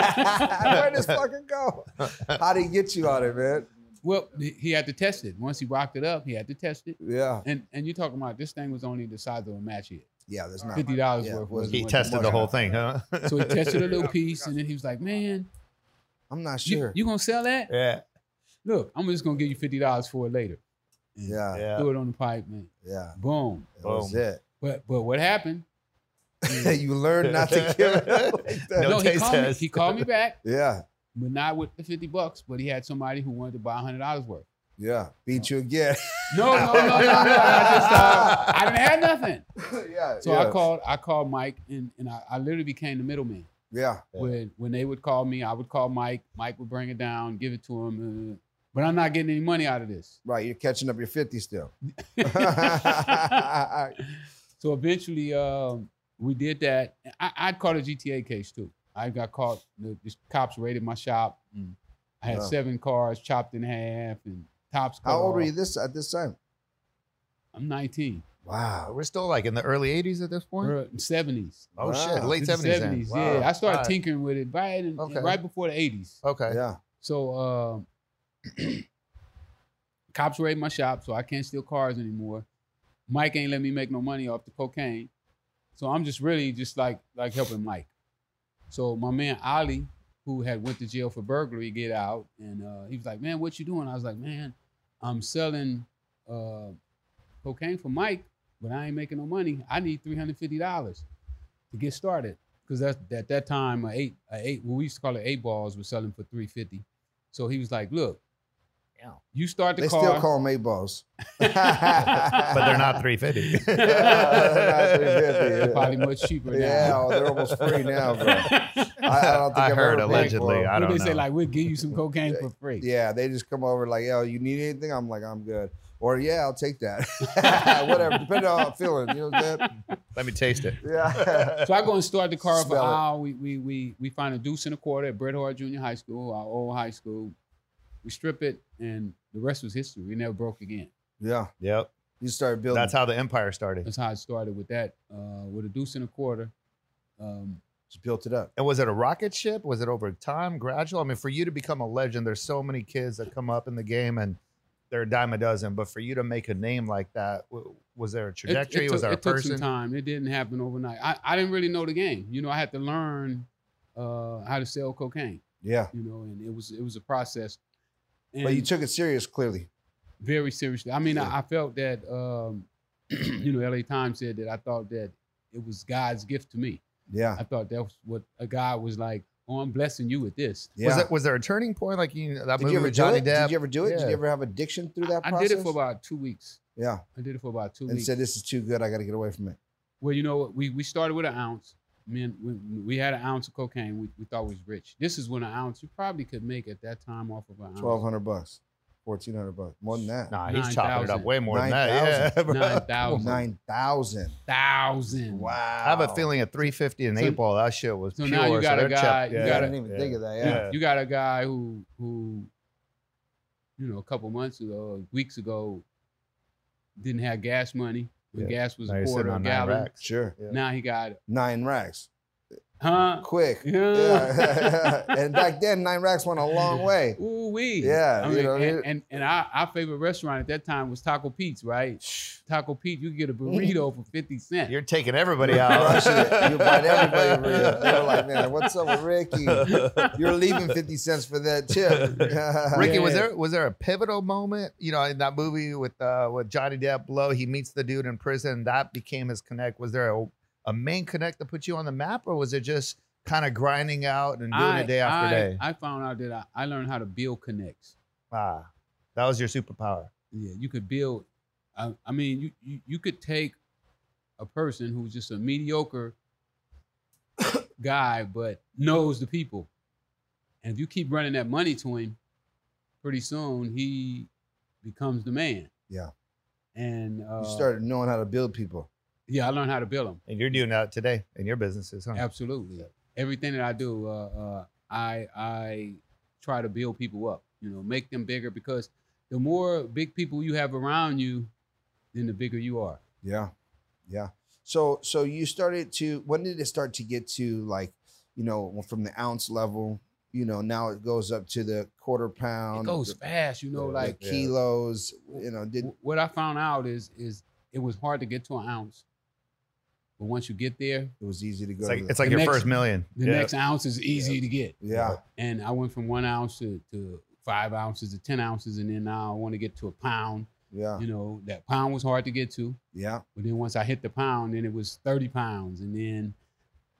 S6: where this fucking go? How did he get you out of it?
S8: Well, he he had to test it. Once he rocked it up, he had to test it.
S6: man? Yeah,
S8: And and you're talking about this thing was only the size of a match hit.
S6: yeah. There's not.
S8: Fifty dollars
S6: Yeah, it
S8: worth.
S6: was-
S8: wasn't
S7: He
S8: what-
S7: tested the whole thing, huh?
S8: So he tested a little piece, and then he was like, "Man,
S6: I'm not
S8: you,
S6: sure.
S8: you gonna sell that?
S7: yeah.
S8: Look, I'm just gonna give you fifty dollars for it later.
S6: yeah, yeah,
S7: Yeah.
S8: Threw it on the pipe, man. Boom.
S6: That was
S7: Boom.
S6: it.
S8: But but what happened?
S6: you learn not to give it up like that.
S7: No
S8: he
S7: taste
S8: called, me,
S7: test.
S8: he called me back,
S6: Yeah,
S8: but not with the fifty bucks. But he had somebody who wanted to buy hundred dollars worth.
S6: Yeah, beat you again.
S8: No, no, no, no, no. I just uh, I didn't have nothing.
S6: yeah.
S8: So
S6: yeah.
S8: I called I called Mike and, and I, I literally became the middleman.
S6: Yeah.
S8: When when they would call me, I would call Mike. Mike would bring it down, give it to him. uh, but I'm not getting any money out of this.
S6: Right, you're catching up your 50 still.
S8: so eventually, um, we did that. I, I'd caught a GTA case too. I got caught. The, the cops raided my shop. And I had
S6: Wow.
S8: seven cars chopped in half and tops. cut
S6: How old were
S8: off.
S6: you this at this time?
S8: I'm 19.
S6: Wow.
S7: We're still like in the early 80s at this point.
S8: Early- 70s.
S7: oh
S6: Wow.
S7: shit, late
S8: The
S7: 70s. then.
S8: 70s,
S7: Wow.
S8: yeah. I
S7: All
S8: started
S7: right.
S8: tinkering with it right, in,
S7: Okay.
S8: right before the 80s.
S7: Okay.
S6: Yeah.
S8: So um, cops raid my shop, so I can't steal cars anymore. Mike ain't let me make no money off the cocaine. So I'm just really just like like helping Mike. So my man Ali, who had went to jail for burglary, get out, and uh, he was like, "Man, what you doing?" I was like, "Man, I'm selling uh, cocaine for Mike, but I ain't making no money. I need three hundred fifty dollars to get started because that's at that time a eight a eight what we used to call it eight balls was selling for three fifty. So he was like, "Look, you start the
S6: They
S8: car."
S6: still call them eight balls. but
S7: But they're not 350.
S8: They're probably much cheaper
S6: Yeah,
S8: now.
S6: oh, they're almost free now, bro. I, I don't think
S7: I
S6: I've
S7: heard
S6: ever paid for
S7: allegedly.
S6: 'em.
S7: I
S8: What
S7: don't
S8: they
S7: know.
S8: say like we'll give you some cocaine for free.
S6: Yeah, they just come over like, yo, you need anything? I'm like, I'm good. Or yeah, I'll take that. Whatever, depending on how I'm feeling. You know what I'm saying?
S7: Let me taste it.
S6: Yeah.
S8: So I go and start the car up an
S6: Smell it.
S8: hour. We, we we we find a deuce and a quarter at Bret Hart Junior High School, our old high school. We strip it, and the rest was history. We never broke again.
S6: Yeah.
S7: Yep.
S6: You started building.
S7: That's how the empire started.
S8: That's how it started with that, uh, with a deuce and a quarter. Um,
S6: Just built it up.
S7: And was it a rocket ship? Was it over time, gradual? I mean, for you to become a legend, there's so many kids that come up in the game and they're a dime a dozen. But for you to make a name like that, w- was there a
S8: it- it
S7: trajectory?
S8: took-
S7: was there a
S8: it took some
S7: person?
S8: time. It didn't happen overnight. I, I didn't really know the game. You know, I had to learn uh, how to sell cocaine.
S6: Yeah.
S8: You know, and it was it was a process. And
S6: But you took it serious, clearly.
S8: very seriously. I mean,
S6: Yeah.
S8: I, I felt that um, you know, LA Times said that I thought that it was God's gift to me.
S6: Yeah.
S8: I thought that was what a guy was like. Oh, I'm blessing you with this.
S6: Yeah.
S7: Was, it, was there a turning point? Like you, that
S6: Did
S7: movie
S6: you ever
S7: with
S6: do
S7: Johnny
S6: it?
S7: Depp?
S6: Did you ever do it? Did
S7: Yeah.
S6: you ever have addiction through that
S8: I, I
S6: process?
S8: did it for about two weeks.
S6: Yeah.
S8: I did it for about two
S6: And
S8: weeks.
S6: said, this is too good. I got to get away from it.
S7: Uh-huh.
S8: Well, you know what? We, we started with an ounce. Man, we, we had an ounce of cocaine. We, we thought was rich. This is when an ounce you probably could make at that time off of an ounce.
S6: 1200 bucks, 1400 bucks. More than that.
S7: Nah, he's chopping it up
S8: 9,000.
S7: way more than that. Yeah, bro.
S8: 9,000.
S6: 9,000.
S8: Thousand.
S6: Wow.
S7: I have a feeling at 350 and
S8: So-
S7: eight ball, that shit was
S8: so
S7: pure.
S8: now you got a
S7: they're
S8: guy-
S7: chopped-
S8: you
S7: yeah.
S6: I
S8: got a-
S6: didn't even
S7: yeah.
S6: think of that.
S8: You-
S6: Yeah.
S8: You, got a guy who who you know a couple months ago, weeks ago, didn't have gas money. When
S7: Yeah.
S8: gas was
S7: Now
S8: a
S7: you're sitting
S8: quarter a
S7: on nine
S8: gallon.
S7: racks.
S6: Sure.
S7: Yeah.
S8: Now he got
S6: Nine racks.
S8: huh?
S6: Quick. Yeah.
S8: Yeah.
S6: and back then, nine racks went a long way.
S8: Ooh wee.
S6: Yeah,
S8: I
S6: you
S8: mean,
S6: know,
S8: and,
S6: it-
S8: and and our, our favorite restaurant at that time was Taco Pete's, right? Taco Pete, you could get a burrito for fifty cents.
S7: You're taking everybody
S6: Bro,
S7: out.
S6: shit, you bite everybody over here. They're like, man, what's up with Ricky? You're leaving 50 cents for that tip.
S7: Ricky, was
S8: Yeah.
S7: there was there a pivotal moment? You know, in that movie with uh, with Johnny Depp, Blow, he meets the dude in prison. That became his connect. Was there a, a main connect that put you on the map, or was it just kind of grinding out and doing it day after
S8: I,
S7: day?
S8: I found out that I, I learned how to build connects.
S7: ah, that was your superpower.
S8: Yeah, you could build. I, I mean, you, you you could take a person who's just a mediocre guy, but knows the people, and if you keep running that money to him, pretty soon he becomes the man.
S6: Yeah.
S8: And uh,
S6: You started knowing how to build people.
S8: Yeah, I learned how to build them.
S7: And you're doing that today in your businesses, huh?
S8: Absolutely. Everything that I do, uh, uh, I I try to build people up. You know, make them bigger because the more big people you have around you, then the bigger you are.
S6: Yeah. Yeah. So so you started to when did it start to get to like, you know, from the ounce level, you know, now it goes up to the quarter
S8: It
S6: pound.
S8: goes fast, you know.
S6: the
S8: Like
S6: kilos, you know, did
S8: w- what I found out is is it was hard to get to an ounce, but once you get there,
S6: it was easy to go.
S7: It's
S6: to
S7: like
S6: the-
S7: it's like
S8: The
S7: your
S8: next-
S7: first million.
S8: the
S7: Yeah.
S8: next ounce is easy to get.
S6: yeah,
S8: And I went from one ounce to, to five ounces to ten ounces, and then now I want to get to a pound.
S6: yeah,
S8: You know, that pound was hard to get to.
S6: yeah,
S8: But then once I hit the pound, then it was 30 pounds. And then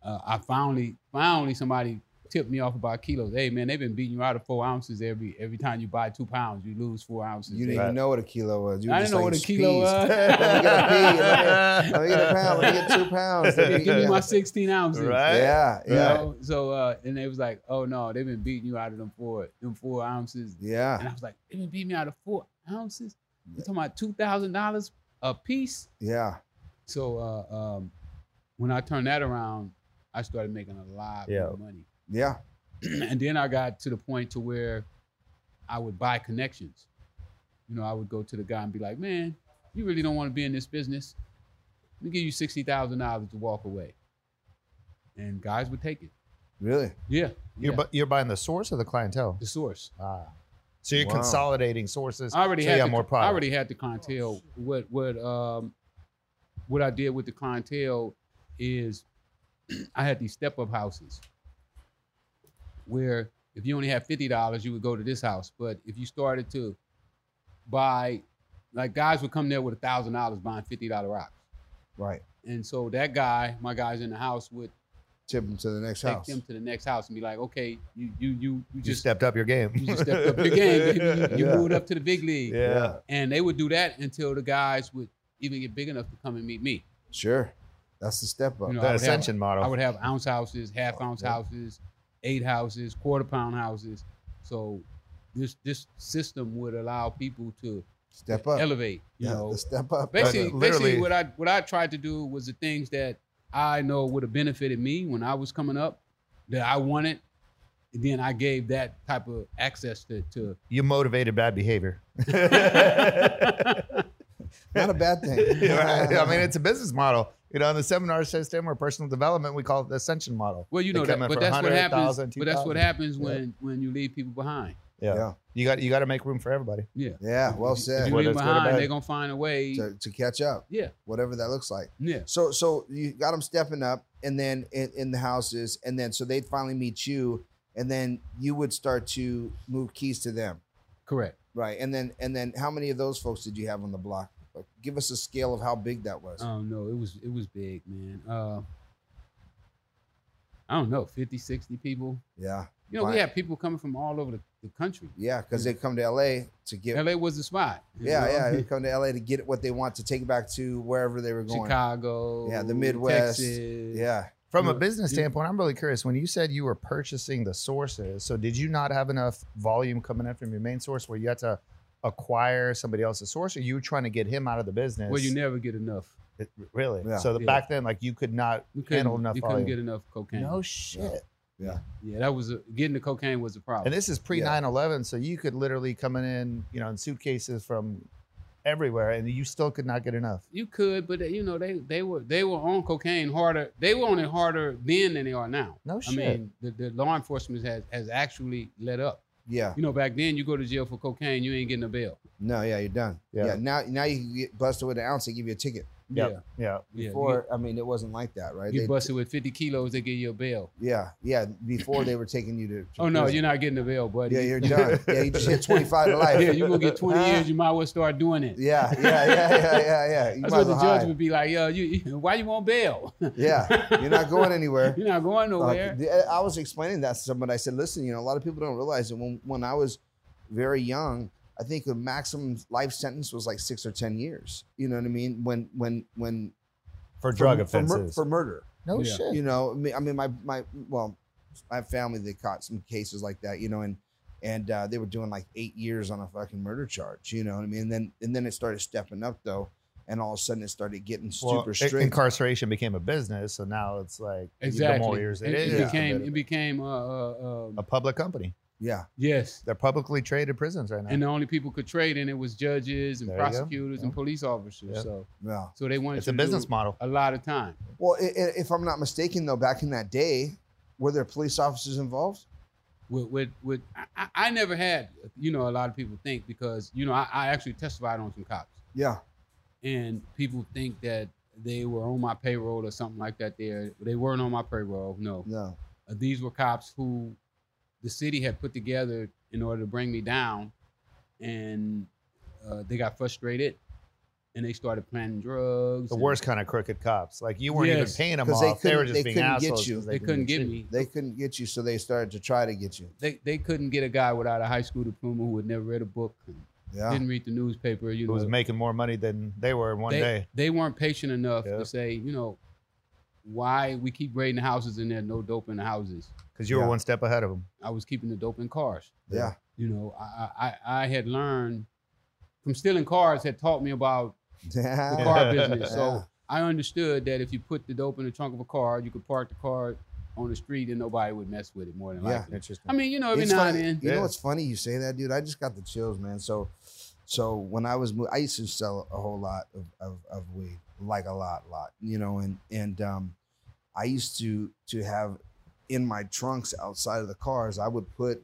S8: uh, I finally, finally somebody tipped me off about kilos. Hey man, they've been beating you out of four ounces every every time you buy two pounds, you lose four ounces.
S6: You didn't even know what a kilo was. You were
S8: I didn't
S6: just
S8: know
S6: like,
S8: what a kilo
S6: "Jeez,
S8: was.
S6: Let me get a pea, let me- let me get a pound. Let me get two pounds. Let
S8: Yeah,
S6: me-
S8: give me my 16 ounces.
S6: Right? Yeah, yeah.
S8: You know, So uh, and they was like, oh no, they've been beating you out of them four them four ounces.
S6: Yeah.
S8: And I was like, they've been beating me out of four ounces. You talking about two thousand dollars a piece?
S6: Yeah.
S8: So uh, um, when I turned that around, I started making a lot
S6: Yeah.
S8: more money.
S6: Yeah.
S8: and then I got to the point to where I would buy connections. You know, I would go to the guy and be like, "Man, you really don't want to be in this business. Let me give you sixty thousand dollars to walk away." And guys would take it.
S6: Really?
S8: Yeah.
S7: You're
S8: yeah.
S7: bu- you're buying the source or the clientele?
S8: The source.
S7: Ah. So you're
S8: Wow.
S7: consolidating sources.
S8: I already
S7: so you
S8: had
S7: have
S8: the,
S7: more product.
S8: I already had the clientele. What what um what I did with the clientele is I had these step up houses where if you only had fifty dollars, you would go to this house. But if you started to buy, like guys would come there with a thousand dollars buying fifty dollar rocks,
S6: Right.
S8: and so that guy, my guys in the house would
S6: Tip them to the next
S8: take
S6: house.
S8: them to the next house and be like, okay, you you you you
S7: You
S8: just
S7: stepped up your game.
S8: you just stepped up your game. Baby. You
S7: Yeah.
S8: moved up to the big league.
S7: Yeah.
S8: And they would do that until the guys would even get big enough to come and meet me.
S6: Sure. That's the step up.
S8: You know, I would have- I would have ounce houses, half ounce houses, eight houses, quarter pound houses. So this this system would allow people to
S6: Step up.
S8: elevate. You
S6: Yeah,
S8: know,
S6: the step up.
S8: Basically,
S6: That's it.
S8: basically
S6: Literally.
S8: what I what I tried to do was the things that I know would have benefited me when I was coming up that I wanted. And then I gave that type of access to, to
S7: You motivated bad behavior.
S6: Not a bad thing.
S7: Right? I mean, it's a business model. You know, in the seminar system or personal development, we call it the ascension model.
S8: Well, you
S7: They
S8: know
S7: come
S8: that,
S7: in
S8: but
S7: for
S8: that's what
S7: 100,
S8: happens.
S7: 1,000,
S8: But that's what
S7: 2,000.
S8: happens
S7: Yeah.
S8: when when you leave people behind.
S7: Yeah. You got you got to make room for everybody.
S8: Yeah.
S6: Yeah, well
S8: If
S6: said.
S8: you leave them behind, they're gonna find a way.
S6: to, to catch up.
S8: Yeah.
S6: Whatever that looks like.
S8: Yeah.
S6: So so you got them stepping up and then in, in the houses and then so they'd finally meet you and then you would start to move keys to them.
S8: Correct.
S6: Right. And then and then how many of those folks did you have on the block? Like, Give us a scale of how big that was.
S8: Oh no, it was it was big, man. Uh, I don't know, 50, 60 people.
S6: yeah.
S8: You know, we
S6: Right.
S8: had people coming from all over the, the country.
S6: Yeah, because they come to LA to get
S8: LA was the spot. you
S6: Yeah,
S8: know?
S6: yeah. They come to LA to get what they want to take back to wherever they were going.
S8: Chicago.
S6: Yeah, the Midwest.
S8: Texas.
S6: Yeah.
S7: From a
S8: Yeah.
S7: business
S8: Yeah.
S7: standpoint, I'm really curious. When you said you were purchasing the sources, so did you not have enough volume coming in from your main source where you had to acquire somebody else's source, or you were trying to get him out of the business?
S8: Well, you never get enough.
S7: It- really?
S6: Yeah.
S7: So the,
S8: Yeah.
S7: back then, like you could not
S8: You couldn't,
S7: handle enough
S8: you couldn't
S7: volume.
S8: get enough cocaine.
S7: no shit.
S8: Yeah, that was a, getting the cocaine was a problem.
S7: And this is pre
S6: Yeah.
S7: 9 11, so you could literally come in, you know, in suitcases from everywhere, and you still could not get enough.
S8: You could, but you know they they were they were on cocaine harder. They were on it harder then than they are now.
S7: No
S8: I
S7: shit.
S8: mean, the, the law enforcement has has actually let up.
S6: Yeah.
S8: You know, back then you go to jail for cocaine, you ain't getting a bail.
S6: No, yeah, you're done. Yeah.
S7: Yeah.
S6: now now you can get busted with an ounce, they give you a ticket.
S7: Yeah. Yeah.
S8: Yeah, you
S6: Before, I mean, it wasn't like that, right?
S8: get- you
S6: They-
S8: busted with fifty kilos, they give you a bail.
S6: Yeah, yeah. Before they were taking you to. to
S8: Oh no,
S6: prison.
S8: you're not getting a bail, buddy.
S6: Yeah, you're done. Yeah, you just hit 25 to life.
S8: yeah, you gonna get twenty
S6: Huh?
S8: years. You might as well start doing it.
S6: Yeah, yeah, yeah, yeah, yeah, yeah. You might
S8: That's what
S6: as
S8: the
S6: well
S8: judge
S6: hide.
S8: would be like. Yo, you, you- why you want bail?
S6: Yeah, you're not going anywhere.
S8: You're not going nowhere.
S6: Uh, the- I was explaining that to somebody. I said, listen, you know, a lot of people don't realize that when, when I was very young, I think the maximum life sentence was like six or ten years. You know what I mean? When when when
S7: For
S6: mur- for murder.
S7: no
S8: Yeah.
S7: shit.
S6: you know I mean- I mean my my well my family they caught some cases like that you know and and uh, they were doing like eight years on a fucking murder charge you know what I mean and then and then it started stepping up though and all of a sudden it started getting super
S7: Well, i-
S6: strict
S7: incarceration became a business, so now it's like
S8: exactly.
S7: the more years
S8: it,
S7: it is,
S8: it
S7: the
S8: became
S7: better.
S8: it became uh, uh, um,
S7: a public company.
S6: yeah
S8: yes.
S7: They're publicly traded prisons right now.
S8: and the only people could trade in it was judges and
S7: There you go.
S8: prosecutors and
S7: Yeah.
S8: police officers.
S7: Yeah.
S8: So,
S6: yeah
S8: so they wanted
S7: it's
S8: you
S7: a
S8: to
S7: business
S8: do
S7: model.
S8: a lot of time.
S6: well i i if I'm not mistaken though back in that day were there police officers involved
S8: With, with, with I- I, I never had, you know, a lot of people think because you know I, I actually testified on some cops,
S6: yeah
S8: and people think that they were on my payroll or something like that. There, they weren't on my payroll. No,
S6: no
S8: Uh, these were cops who the city had put together in order to bring me down, and uh, they got frustrated and they started planning drugs.
S7: The
S8: and-
S7: worst kind of crooked cops. Like you weren't
S8: Yes.
S7: even paying them
S6: 'Cause
S7: off.
S6: they
S7: they were
S6: couldn't-
S7: just
S6: they
S7: being
S6: couldn't get
S7: assholes.
S6: you.
S7: 'cause
S8: They couldn't get me.
S6: They couldn't get you, so they started to try to get you.
S8: They they couldn't get a guy without a high school diploma who had never read a book, and
S6: Yeah.
S8: didn't read the newspaper. You
S7: Who was
S8: know,
S7: making more money than they were in one
S8: they,
S7: day.
S8: they weren't patient enough
S7: Yeah.
S8: to say, you know, why we keep raiding houses and there's no dope in the houses.
S7: Because you
S6: Yeah.
S7: were one step ahead of them.
S8: I was keeping the dope in cars.
S6: Yeah.
S8: You know, I I, I had learned from stealing cars had taught me about the car business.
S6: Yeah.
S8: So I understood that if you put the dope in the trunk of a car, you could park the car on the street and nobody would mess with it more than
S6: Yeah.
S8: likely.
S7: Interesting.
S8: I mean, you know, every
S6: It's
S8: now
S6: funny-
S8: and
S6: You
S8: then.
S6: know
S7: Yeah.
S6: what's funny? You say that, dude. I just got the chills, man. So, so when I was, mo- I used to sell a whole lot of, of, of weed, like a lot, lot, you know, and and um, I used to to have in my trunks outside of the cars. I would put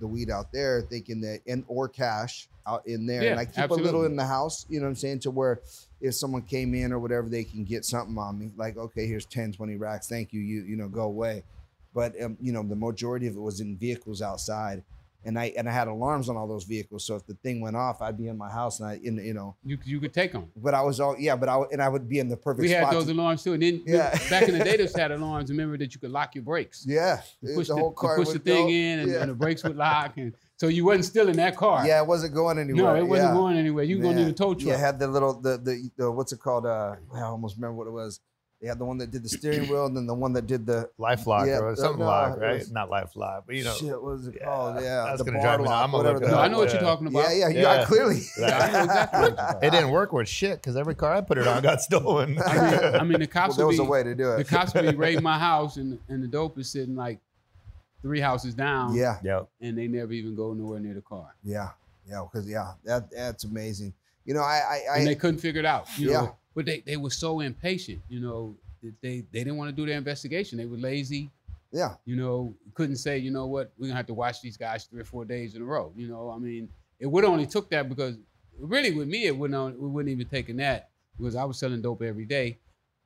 S6: the weed out there, thinking that and or cash out in there,
S8: Yeah,
S6: and I keep a little
S8: absolutely.
S6: in the house. You know what I'm saying? To where if someone came in or whatever, they can get something on me. Like, okay, here's 10, 20 racks. Thank you. You you know, go away but um, you know the majority of it was in vehicles outside and i and i had alarms on all those vehicles so if the thing went off i'd be in my house and i in you know
S8: You, you could take them.
S6: but i was all yeah but i would- and i would be in the perfect
S8: We had
S6: spot
S8: those
S6: to-
S8: alarms too. And then
S6: Yeah.
S8: back in the day, those had alarms. Remember that you could lock your brakes.
S6: yeah
S8: You
S6: it-
S8: push the,
S6: whole
S8: you
S6: car
S8: push the
S6: would
S8: thing
S6: go.
S8: in and,
S6: yeah.
S8: and the brakes would lock. And, so you wasn't still in that car.
S6: yeah it wasn't going anywhere
S8: No, it wasn't
S6: yeah.
S8: going anywhere. You were going to
S6: Man.
S8: the tow truck.
S6: yeah it had the little the, the the what's it called uh i almost remember what it was they had the one that did the steering wheel and then the one that did the
S7: Life lock
S6: Yeah,
S7: or
S6: uh,
S7: something
S6: no,
S7: lock,
S6: it
S7: right?
S6: was-
S7: Not life lock, but you know.
S6: shit, what was it
S7: yeah,
S6: called? Yeah,
S7: that's
S6: the
S7: gonna
S6: bar
S7: drive me nuts.
S6: lock,
S7: I'm gonna
S6: whatever
S7: look
S6: the
S7: it
S8: no,
S7: up.
S8: I know what
S7: Yeah.
S8: you're talking about.
S6: yeah, yeah, yeah. I
S7: Yeah.
S6: clearly.
S7: Yeah, I know exactly It didn't work worth shit because every car I put it on got stolen.
S8: I mean, I mean, the
S6: Well,
S8: cops
S6: there
S8: would
S6: was
S8: be,
S6: a way to do
S8: the
S6: it.
S8: cops would be raiding my house, and and the dope is sitting like three houses down.
S6: Yeah,
S7: Yep.
S8: and they never even go nowhere near the car,
S6: Yeah, yeah, because yeah, that that's amazing. You know, I I, I
S8: and they couldn't figure it out. You
S6: Yeah.
S8: know? but they they were so impatient. You know, that they they didn't want to do their investigation. They were lazy.
S6: yeah
S8: You know, couldn't say, you know what, we're gonna have to watch these guys three or four days in a row. You know, I mean, it would only took that because really with me, it wouldn't on- it wouldn't even taken that because I was selling dope every day.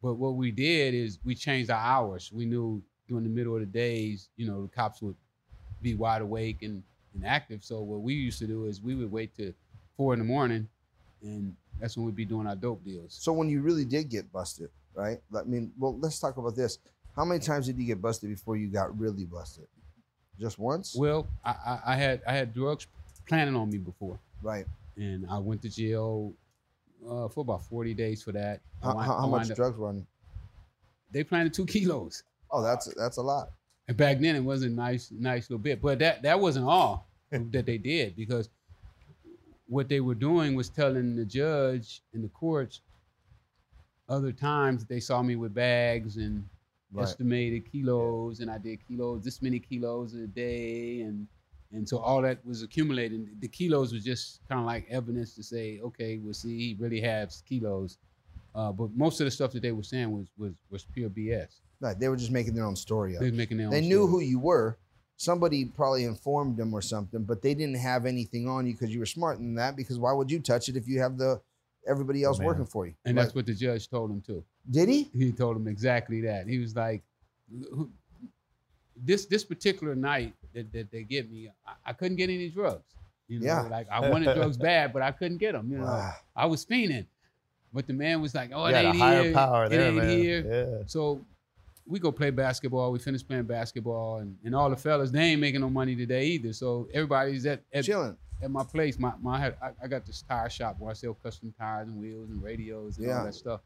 S8: But what we did is we changed our hours. We knew during the middle of the days, you know, the cops would be wide awake and, and active. So what we used to do is we would wait till four in the morning and that's when we'd be doing our dope deals.
S6: So when you really did get busted, right? I mean, well, let's talk about this. How many times did you get busted before you got really busted? Just once,
S8: Well, I, I, I had I had drugs planning on me before.
S6: right?
S8: and I went to jail uh, for about 40 days for that. I
S6: How,
S8: wind-
S6: how,
S8: I
S6: how much
S8: wind up-
S6: drugs running?
S8: They planted two kilos,
S6: Oh, that's that's a lot.
S8: and back then it wasn't nice, nice little bit. But that that wasn't all that they did because what they were doing was telling the judge and the courts other times that they saw me with bags and
S6: Right.
S8: estimated kilos, and I did kilos, this many kilos a day, and and so all that was accumulating. The kilos was just kind of like evidence to say, okay, well, see, he really has kilos. Uh, but most of the stuff that they were saying was was was pure BS.
S6: Right? They were just making their own story up.
S8: They was making their own.
S6: They knew
S8: story.
S6: who you were. Somebody probably informed them or something, but they didn't have anything on you because you were smarter than that. Because why would you touch it if you have the everybody else
S7: Man.
S6: working for you?
S8: Oh, and
S6: Right.
S8: that's what the judge told him too.
S6: did he?
S8: He told him exactly that. He was like, who- this this particular night that, that they get me, I, I couldn't get any drugs. You know,
S6: Yeah.
S8: like I wanted drugs bad, but I couldn't get them. You know,
S6: Wow.
S8: I was fiending. But the man was like, oh,
S7: You
S8: it
S7: had a
S8: ain't
S7: higher
S8: here.
S7: power
S8: it
S7: there,
S8: ain't
S7: man.
S8: here.
S7: Yeah.
S8: So we go play basketball. We finish playing basketball. And, and all the fellas, they ain't making no money today either. So everybody's at, at,
S6: Chilling.
S8: at my place. My, my I had- I, I got this tire shop where I sell custom tires and wheels and radios and
S6: Yeah.
S8: all that stuff.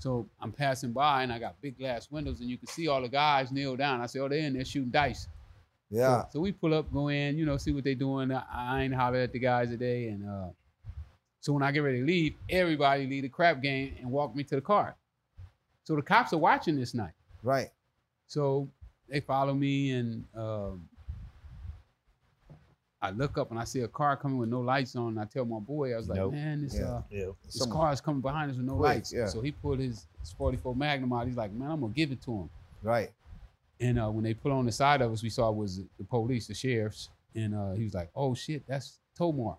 S8: So I'm passing by and I got big glass windows and you can see all the guys kneel down. I say, oh, they're in there shooting dice. So-
S6: Yeah.
S8: So, we pull up, go in, you know, see what they doing. I, I ain't holler at the guys today. And uh, so when I get ready to leave, everybody leave the crap game and walk me to the car. So the cops are watching this night.
S6: Right.
S8: So they follow me and um, I look up and I see a car coming with no lights on. And I tell my boy, I was like,
S7: Nope.
S8: man, this,
S6: Yeah.
S8: uh,
S7: Yeah.
S8: this
S6: Someone-
S8: car is coming behind us with no
S6: Quick,
S8: lights.
S6: yeah.
S8: So he pulled his, his 44 Magnum out. He's like, man, I'm going to give it to him.
S6: Right.
S8: And uh, when they pull on the side of us, we saw it was the police, the sheriffs. And uh, he was like, oh shit, that's Tomar.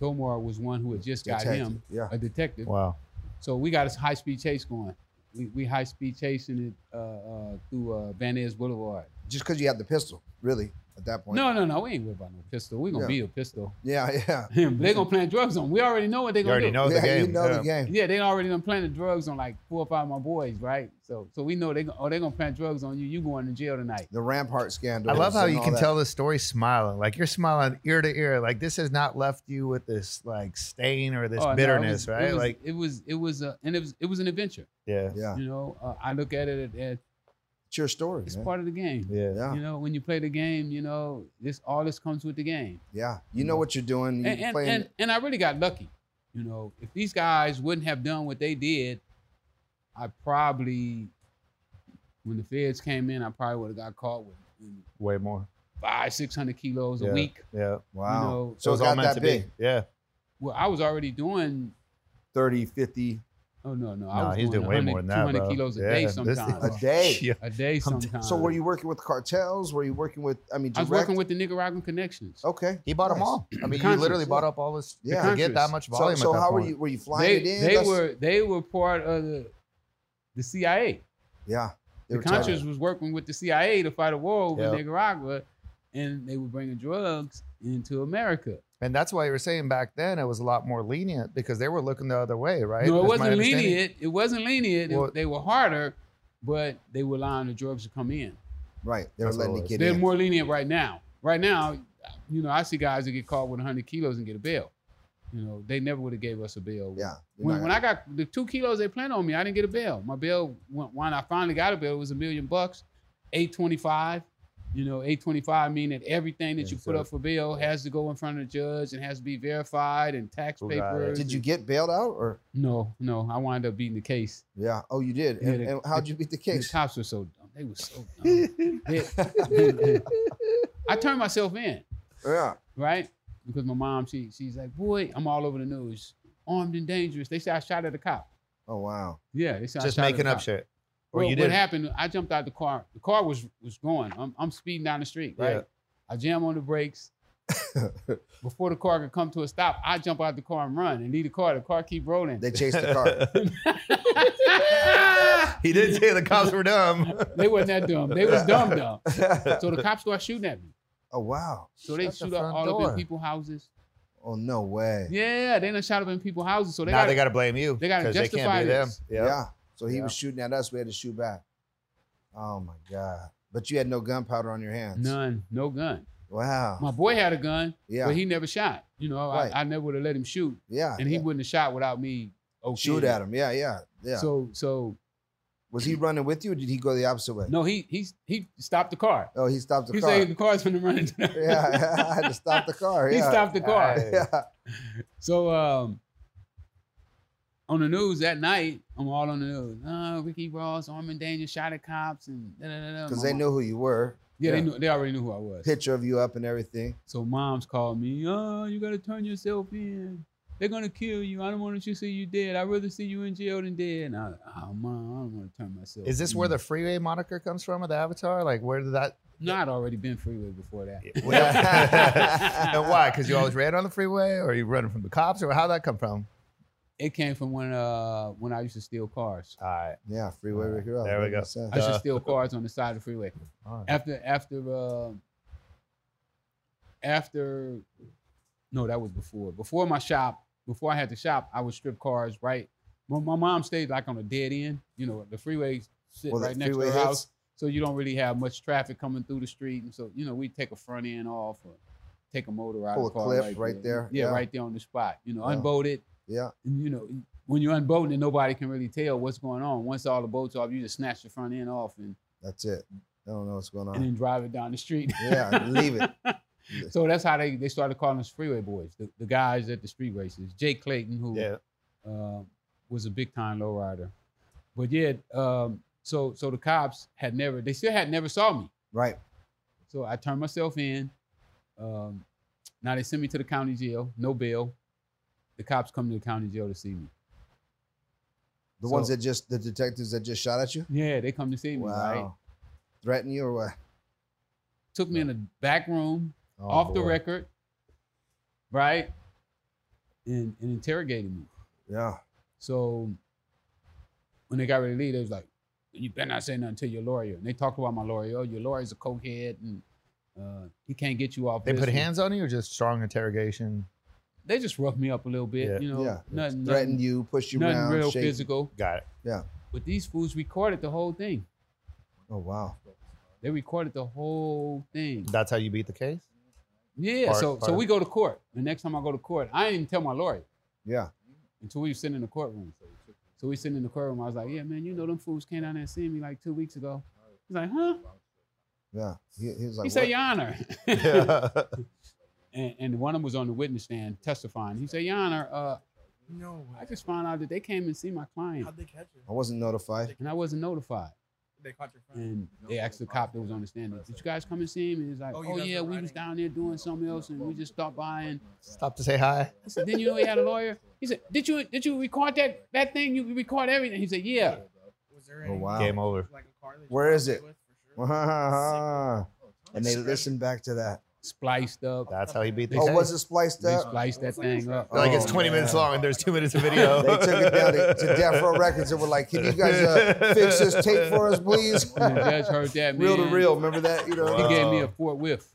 S8: Tomar was one who had just got
S6: Detective,
S8: him,
S6: yeah.
S8: a detective.
S7: Wow.
S8: So we got this high speed chase going. We, we high speed chasing it uh, uh, through uh, Van Ness Boulevard.
S6: just because you had the pistol, really, at that point.
S8: No, no, no. We ain't worried about no pistol. We gonna
S6: Yeah.
S8: be a pistol.
S6: Yeah, yeah.
S8: they gonna plant drugs on. We already know what they
S7: You
S8: gonna
S7: already
S8: do.
S7: know the
S6: Yeah, you
S7: game.
S6: know the game.
S8: Yeah, they already done planted drugs on like four or five of my boys, right? So, so we know they gon- oh they gonna plant drugs on you. You going to jail tonight?
S6: The Rampart scandal.
S7: I love how
S6: and
S7: you
S6: all
S7: can
S6: that.
S7: tell the story smiling. Like you're smiling ear to ear. Like this has not left you with this like stain or this
S8: Oh, no, it
S7: bitterness,
S8: was- it
S7: right?
S8: was-
S7: like
S8: it was, it was, a, and it was, it was an adventure.
S7: yeah,
S6: Yeah,
S8: You know, uh, I look at it as
S6: it's your story.
S8: it's
S6: man.
S8: part of the game.
S7: yeah.
S6: yeah,
S8: You know, when you play the game, you know this all this comes with the game.
S6: yeah. You know what you're doing. You're
S8: Mm-hmm. and, and,
S6: playing.
S8: and, and I really got lucky. You know, if these guys wouldn't have done what they did, I probably, when the feds came in, I probably would have got caught with
S7: Way more.
S8: five, six hundred kilos a week.
S7: Yeah.
S6: wow.
S8: know,
S6: so it got that big.
S7: be. Yeah.
S8: Well, I was already doing.
S6: 30, 50
S8: Oh no, no, I
S7: No,
S8: was
S7: he's doing way
S8: 100,
S7: more than that,
S8: 200
S7: bro.
S8: kilos a
S7: Yeah,
S8: day
S7: this-
S8: sometimes.
S6: a day.
S7: Yeah.
S8: a day sometimes.
S6: So were you working with cartels? Were you working with? I mean,
S8: I was
S6: direct? Oh,
S8: working with the Nicaraguan connections.
S6: Okay,
S7: He bought them
S6: Nice.
S7: all. I mean, you
S8: Contras,
S7: literally
S8: yeah.
S7: bought up all this
S6: Yeah.
S7: yeah. to get that
S8: Contras.
S7: much
S6: So,
S7: volume.
S6: so
S7: at that
S6: how were
S7: point.
S6: you? Were you flying
S8: They,
S6: it in?
S8: they
S6: That's-
S8: were they were part of the the CIA.
S6: Yeah, they
S8: the
S6: were tired.
S8: Contras was working with the CIA to fight a war over
S7: Yep.
S8: Nicaragua, and they were bringing drugs into America.
S7: And that's why you were saying back then it was a lot more lenient because they were looking the other way, right?
S8: No, it
S7: That's my
S8: wasn't
S7: understanding.
S8: lenient. It wasn't lenient. It-
S7: Well-
S8: they were harder, but they were allowing the drugs to come in.
S6: Right, they were
S7: That's
S6: letting
S7: what
S6: it
S7: it
S6: get
S8: They're
S6: in.
S8: more lenient right now. Right now, you know, I see guys that get caught with 100 kilos and get a bail. You know, they never would have gave us a bail.
S6: yeah. you're
S8: When,
S6: not-
S8: when I got the two kilos they planned on me, I didn't get a bail. My bail, when, when I finally got a bail, it was a million bucks, eight twenty-five. You know, eight twenty-five mean that everything that you put up for bail has to go in front of the judge and has to be verified and tax
S7: Right.
S8: papers.
S6: did you
S8: and-
S6: get bailed out or?
S8: No, no. I wound up beating the case.
S6: Yeah. Oh, you did.
S8: Yeah,
S6: And,
S8: the-
S6: and how'd you beat the
S8: And The
S6: case?
S8: cops were so dumb. They were so dumb. They- I turned myself in,
S6: Yeah.
S8: right? Because my mom, she she's like, boy, I'm all over the news, armed and dangerous. They say I shot at a cop.
S6: Oh wow.
S8: Yeah, they say I
S7: Just
S8: shot at a
S7: making up
S8: cop.
S7: shit. Or
S8: Well,
S7: you
S8: what
S7: did.
S8: happened? I jumped out the car. The car was was going. I'm, I'm speeding down the street, right?
S7: Yeah.
S8: I jam on the brakes. Before the car could come to a stop, I jump out the car and run and leave the car. The car keep rolling.
S6: They chased the car.
S7: he did say the cops were dumb.
S8: they wasn't that dumb. They was dumb dumb. So the cops start shooting at me.
S6: oh wow.
S8: So they
S7: Shut the
S8: shoot up
S7: front
S8: all up
S7: door.
S8: in people's houses.
S6: Oh no way.
S8: Yeah, they done shot up in people's houses. So they
S7: now
S8: got
S7: they got to blame you.
S8: they gotta
S7: 'cause
S8: justify
S7: can't be them.
S8: this.
S7: Yep.
S6: Yeah. So he
S7: Yeah.
S6: was shooting at us. We had to shoot back. Oh my god. But you had no gunpowder on your hands.
S8: none, no gun.
S6: Wow.
S8: My boy had a gun,
S6: yeah.
S8: but he never shot. You know,
S6: Right.
S8: I, I never would have let him shoot,
S6: yeah.
S8: and he
S6: yeah.
S8: wouldn't have shot without me. Okay.
S6: shoot at him. Yeah. Yeah. Yeah.
S8: So so
S6: was he running with you? or Did he go the opposite way?
S8: no, he he he stopped the car.
S6: Oh, he stopped the
S8: he
S6: car.
S8: said the car's finna run into them.
S6: yeah. I had to stop the car. Yeah.
S8: He stopped the car.
S7: Alright.
S6: Yeah.
S8: So um, on the news that night, I'm all on the news. Uh, Ricky Ross, Armin Daniels shot at cops, and da, da, da, da.
S6: Because
S8: My
S6: they
S8: mom-
S6: knew who you were.
S8: Yeah,
S6: yeah.
S8: they knew. They already knew who I was.
S6: Picture of you up and everything.
S8: So moms called me. Oh, you gotta turn yourself in. They're gonna kill you. I don't want you to see you dead. I'd rather see you in jail than dead. And I, oh, mom, I don't want to turn myself.
S7: Is this
S8: in.
S7: where
S12: Mm.
S7: the freeway moniker comes from with the avatar? Like, where did that?
S8: No, I'd already been freeway before that.
S7: and why? Because you always ran on the freeway, or you running from the cops, or how'd that come from?
S8: It came from when uh when I used to steal cars.
S7: All right.
S6: Yeah, freeway Ricky Ross.
S7: There we
S6: that
S7: go.
S6: makes sense.
S8: I used
S7: Duh.
S8: to steal cars on the side of the freeway.
S7: All right.
S8: After after uh, after no, that was before. Before my shop, before I had the shop, I would strip cars right. My, my mom stayed like on a dead end, you know, the freeway sit
S6: Well, the
S8: right next to
S6: freeway
S8: her
S6: hits?
S8: house. So you don't really have much traffic coming through the street. And so, you know, we take a front end off or take a motor out
S6: Pull a
S8: of the car
S6: cliff right there,
S8: Yeah,
S6: yeah.
S8: right there on the spot. You know,
S6: Yeah.
S8: unboat it.
S6: Yeah,
S8: And, you know, when you're unboating it, nobody can really tell what's going on. Once all the boats off, you just snatch the front end off and
S6: that's it. I don't know what's going
S7: Uh-huh.
S8: and
S6: on.
S8: then drive it down the street.
S6: Yeah, leave it.
S8: so that's how they, they started calling us freeway boys, the, the guys at the street races. Jake Clayton, who
S7: Yeah.
S8: uh, was a big time lowrider, but yeah, um, so so the cops had never, they still had never saw me.
S6: Right.
S8: So I turned myself in. Um, now they sent me to the county jail, no bail. The cops come to the county jail to see me.
S6: The ones
S8: So-
S6: that just the detectives that just shot at you.
S8: Yeah, they come to see me. Right?
S6: Wow. Threaten you or what?
S8: Took me in the back room.
S7: Oh,
S8: off the
S7: boy.
S8: record, right? And and interrogated me.
S6: Yeah.
S8: So when they got ready to leave, they was like, you better not say nothing to your lawyer. And they talked about my lawyer. Oh, your lawyer's a cokehead and uh, he can't get you off.
S12: They
S8: this
S12: put
S8: and-
S12: hands on you or just strong interrogation?
S8: They just roughed me up a little bit.
S12: Yeah.
S8: You know,
S12: Yeah.
S8: nothing,
S12: Threatened
S8: nothing-
S12: you, pushed you
S8: nothing
S12: around,
S8: real
S12: shaking.
S8: physical.
S12: Got it.
S6: Yeah.
S8: But these fools recorded the whole thing.
S6: Oh wow.
S8: They recorded the whole thing.
S12: That's how you beat the case?
S8: Yeah.
S12: Part-
S8: so
S12: part
S8: so
S12: of-
S8: we go to court. The next time I go to court, I didn't even tell my lawyer
S6: Yeah.
S8: until we were sitting in the courtroom. So we sitting in the courtroom. I was like, yeah, man, you know them fools came down there and seen me like two weeks ago. He's like, huh?
S6: Yeah. He, he was
S8: he
S6: like,
S8: said,
S6: "What?"
S8: Your Honor.
S6: Yeah.
S8: and, and one of them was on the witness stand testifying. He said, Your Honor, uh, no I just found out that they came and see my client. How'd they catch him?
S6: I wasn't notified.
S8: And I wasn't notified. They caught your friend. And they asked the cop that was on the stand, Did you guys come and see him? And he's like, Oh, yeah, we was down there doing something else and we just stopped by and
S12: Stop to say hi.
S8: I said, Didn't you know he had a lawyer? He said, Did you did you record that that thing? You record everything? He said, Yeah.
S6: Oh wow.
S12: Game over.
S6: Where is it? and they listen back to that.
S8: Spliced up.
S12: That's how he beat the
S6: Oh,
S12: case.
S6: was it spliced
S8: They
S6: up?
S8: spliced that thing up.
S12: like it's
S6: Oh,
S12: 20 minutes
S6: man.
S12: long and there's two minutes of video.
S6: They took it down to, to Death Row Records and were like, "Can you guys uh, fix this tape for us, please?"
S8: And the judge heard that.
S6: Real to
S8: man.
S6: real, remember that? You know,
S8: He gave me a Fort Whiff.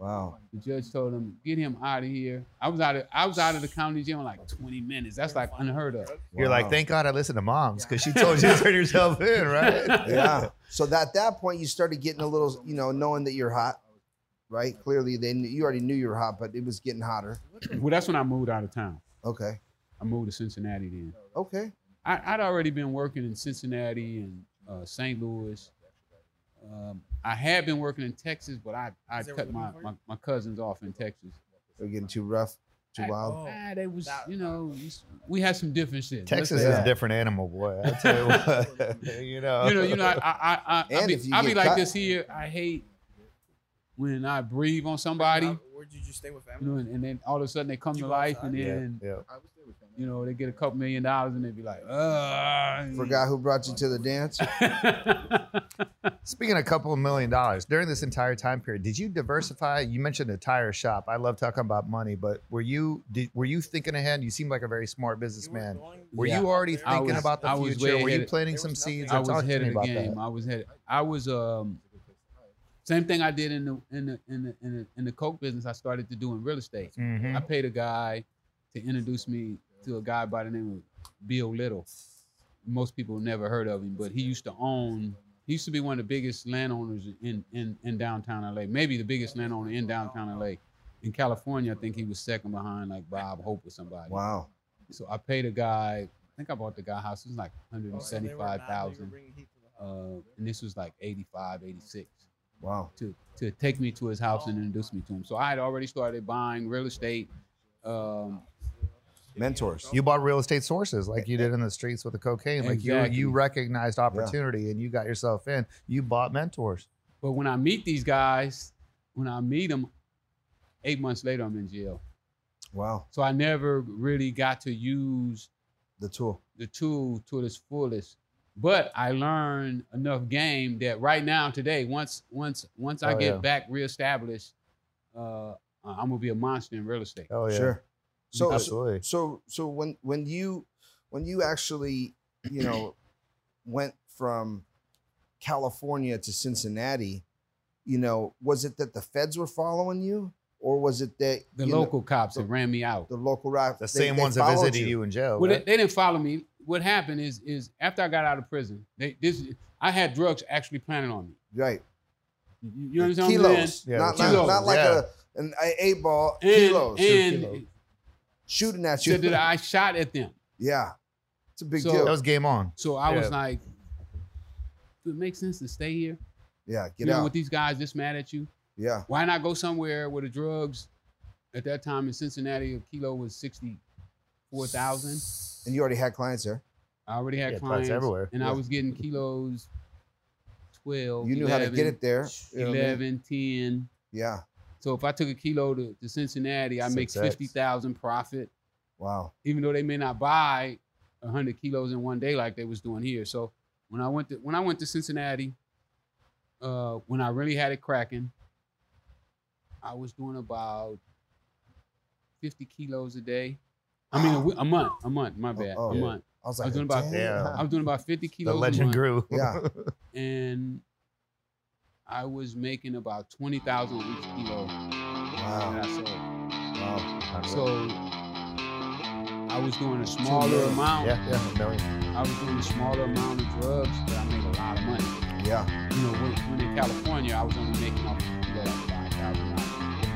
S6: wow.
S8: The judge told him, "Get him out of here." I was out of I was out of the county jail in like 20 minutes. That's like unheard of.
S12: You're like, thank God I listened to moms because she told you to turn yourself in, right?
S6: Yeah. So that at that point, you started getting a little, you know, knowing that you're hot, right? Clearly, they knew, you already knew you were hot, but it was getting hotter.
S8: Well, that's when I moved out of town.
S6: Okay.
S8: I moved to Cincinnati then.
S6: Okay.
S8: I, I'd already been working in Cincinnati and uh, St. Louis. Um, I had been working in Texas, but I, I cut my, my, my cousins off in Texas.
S6: They're getting too rough, too
S8: I-
S6: wild.
S8: ah, they was, you know, we had some different shit. Let's
S12: Texas
S8: say
S12: is a
S8: that.
S12: different animal, boy. I tell you what. you know.
S8: you know, you know, I, I, I, I, I
S12: And
S8: be,
S12: if you
S8: I be
S12: get
S8: like
S12: cut-
S8: this here. I hate when I breathe on somebody. Where'd you just stay with family? and, and then all of a sudden they come to life, and
S12: Yeah,
S8: then
S12: yeah.
S8: you know they get a couple million dollars, and they be like, uh,
S6: Forgot who brought you to the dance?
S12: Speaking of a couple of million dollars, during this entire time period, did you diversify? You mentioned a tire shop. I love talking about money, but were you did, were you thinking ahead? You seem like a very smart businessman. Were
S8: Yeah.
S12: you already
S8: I
S12: thinking
S8: was-
S12: about the
S8: I was
S12: future?
S8: way
S12: Were you
S8: ahead.
S12: planting some seeds?
S8: I
S12: Or
S8: was
S12: talk to
S8: ahead
S12: me
S8: of the
S12: about
S8: game.
S12: that.
S8: I was head. I was um, same thing I did in the in the in the in the, in the coke business. I started to do in real estate.
S12: Mhm.
S8: I paid a guy to introduce me to a guy by the name of Bill Little. Most people never heard of him, but he used to own. He used to be one of the biggest landowners in in in downtown LA. Maybe the biggest landowner in downtown LA. In California, I think he was second behind like Bob Hope or somebody.
S6: Wow.
S8: So I paid a guy. I think I bought the guy a house. It was like one hundred and seventy-five thousand, uh, and this was like 85, 86.
S6: Wow.
S8: To to take me to his house and introduce me to him. So I had already started buying real estate. Um,
S6: Mentors.
S12: You bought real estate sources like you did in the streets with the cocaine. Like
S8: Exactly.
S12: you you recognized opportunity and you got yourself in. You bought mentors.
S8: but when I meet these guys, when I meet them, eight months later I'm in jail.
S6: Wow.
S8: So I never really got to use
S6: the tool,
S8: the tool to its fullest. But I learned enough game that right now, today, once once once I
S12: Oh,
S8: get
S12: yeah.
S8: back reestablished, uh, I'm gonna be a monster in real estate.
S12: Oh
S6: Sure. So,
S12: Absolutely.
S6: so, so when when you when you actually you know went from California to Cincinnati, you know, was it that the feds were following you, or was it that
S8: The
S6: you know,
S8: local cops that ran me out.
S6: the local rap,
S12: The same ones that visited you. in
S6: Oh,
S12: jail.
S8: Well, they,
S12: right?
S8: they didn't follow me. What happened is is after I got out of prison, they this I had drugs actually planted on me.
S6: right?
S8: You, you understand what I'm
S6: Kilos,
S8: saying?
S6: not, not,
S8: Kilos.
S6: not like
S8: Yeah.
S6: a an eight ball.
S8: And-
S6: kilos,
S8: and-
S6: shooting at you.
S8: said that I shot at them.
S6: yeah, it's a big
S8: So-
S6: deal.
S8: That was
S12: game on.
S8: So I was
S6: Yeah.
S8: like, do it make sense to stay here?
S6: yeah, get
S8: you know,
S6: out.
S8: with these guys this mad at you.
S6: Yeah.
S8: Why not go somewhere where the drugs at that time in Cincinnati a kilo was sixty four thousand.
S6: And you already had clients there.
S8: I already had
S6: Yeah, clients
S8: clients
S6: everywhere.
S8: and I
S6: Yeah.
S8: was getting kilos twelve.
S6: You knew how to get
S8: 11,
S6: it there. You know what I mean?
S8: 11, 10.
S6: Yeah.
S8: So if I took a kilo to, to Cincinnati, I make
S6: Six X.
S8: fifty thousand profit.
S6: Wow.
S8: Even though they may not buy hundred kilos in one day like they was doing here. So when I went to when I went to Cincinnati, uh, when I really had it cracking, I was doing about fifty kilos a day. I mean, a, w- a month, a month. My bad,
S6: oh.
S8: a month.
S6: I was
S8: I
S6: like,
S8: was doing about
S6: "Damn."
S8: I was doing about fifty kilos. a
S7: legend
S8: month,
S7: grew.
S6: Yeah.
S8: and I was making about twenty thousand each kilo. Wow. So I was doing a smaller
S7: million.
S8: amount.
S7: Yeah, yeah, a million.
S8: I was doing a smaller amount of drugs, but I made a lot of money.
S6: Yeah.
S8: You know, when, when in California, I was only making off a kilo like five thousand dollars.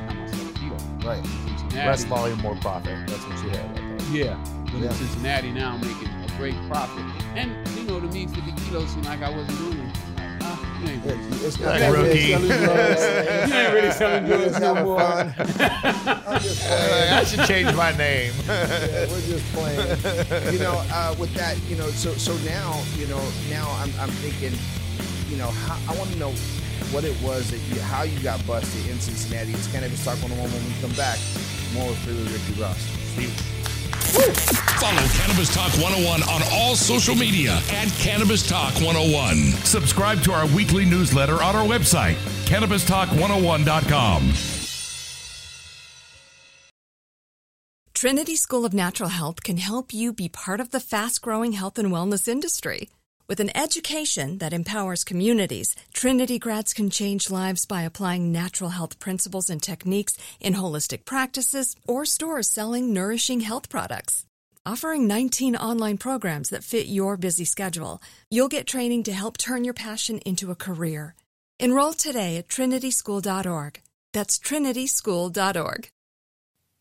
S8: I myself a kilo.
S7: Right.
S8: Cincinnati-
S7: Less volume, more profit. That's what you had. I think.
S8: Yeah. But
S7: Yeah.
S8: in Cincinnati now, I'm making a great profit. And you know, to me, 50 kilos seemed like I wasn't doing it. Like, ah, you ain't really-
S6: It's
S8: you
S6: not
S8: ain't really
S6: rookie.
S8: selling drugs. You ain't really selling
S6: We're
S8: drugs
S6: just
S8: no
S6: having
S8: more.
S6: fun.
S7: I should change my name.
S6: Yeah, we're just playing. You know, uh, with that, you know, so so now, you know, now I'm, I'm thinking, you know, how, I want to know what it was that you, how you got busted in Cincinnati. It's Cannabis Talk 101 when we come back. More with Freely Ricky Ross.
S4: Follow Cannabis Talk 101 on all social media at Cannabis Talk 101.
S13: Subscribe to our weekly newsletter on our website, cannabistalk101.com.
S10: Trinity School of Natural Health can help you be part of the fast growing health and wellness industry. With an education that empowers communities, Trinity grads can change lives by applying natural health principles and techniques in holistic practices or stores selling nourishing health products. Offering 19 online programs that fit your busy schedule, you'll get training to help turn your passion into a career. Enroll today at trinityschool.org. That's trinityschool.org.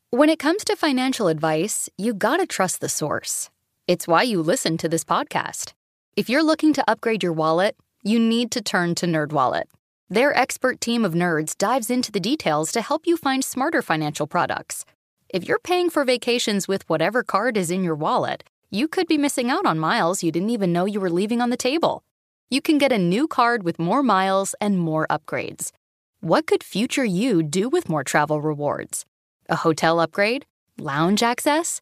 S14: When it comes to financial advice, you gotta trust the source. It's why you listen to this podcast. If you're looking to upgrade your wallet, you need to turn to NerdWallet. Their expert team of nerds dives into the details to help you find smarter financial products. If you're paying for vacations with whatever card is in your wallet, you could be missing out on miles you didn't even know you were leaving on the table. You can get a new card with more miles and more upgrades. What could future you do with more travel rewards? A hotel upgrade? Lounge access?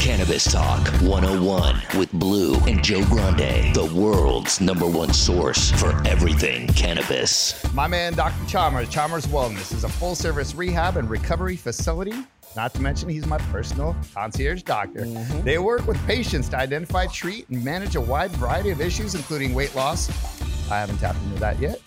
S5: Cannabis Talk 101 with Blue and Joe Grande, the world's number one source for everything cannabis.
S7: My man, Dr. Chalmers, Chalmers Wellness, is a full service rehab and recovery facility. Not to mention, he's my personal concierge doctor. They work with patients to identify, treat, and manage a wide variety of issues, including weight loss. I haven't tapped into that yet,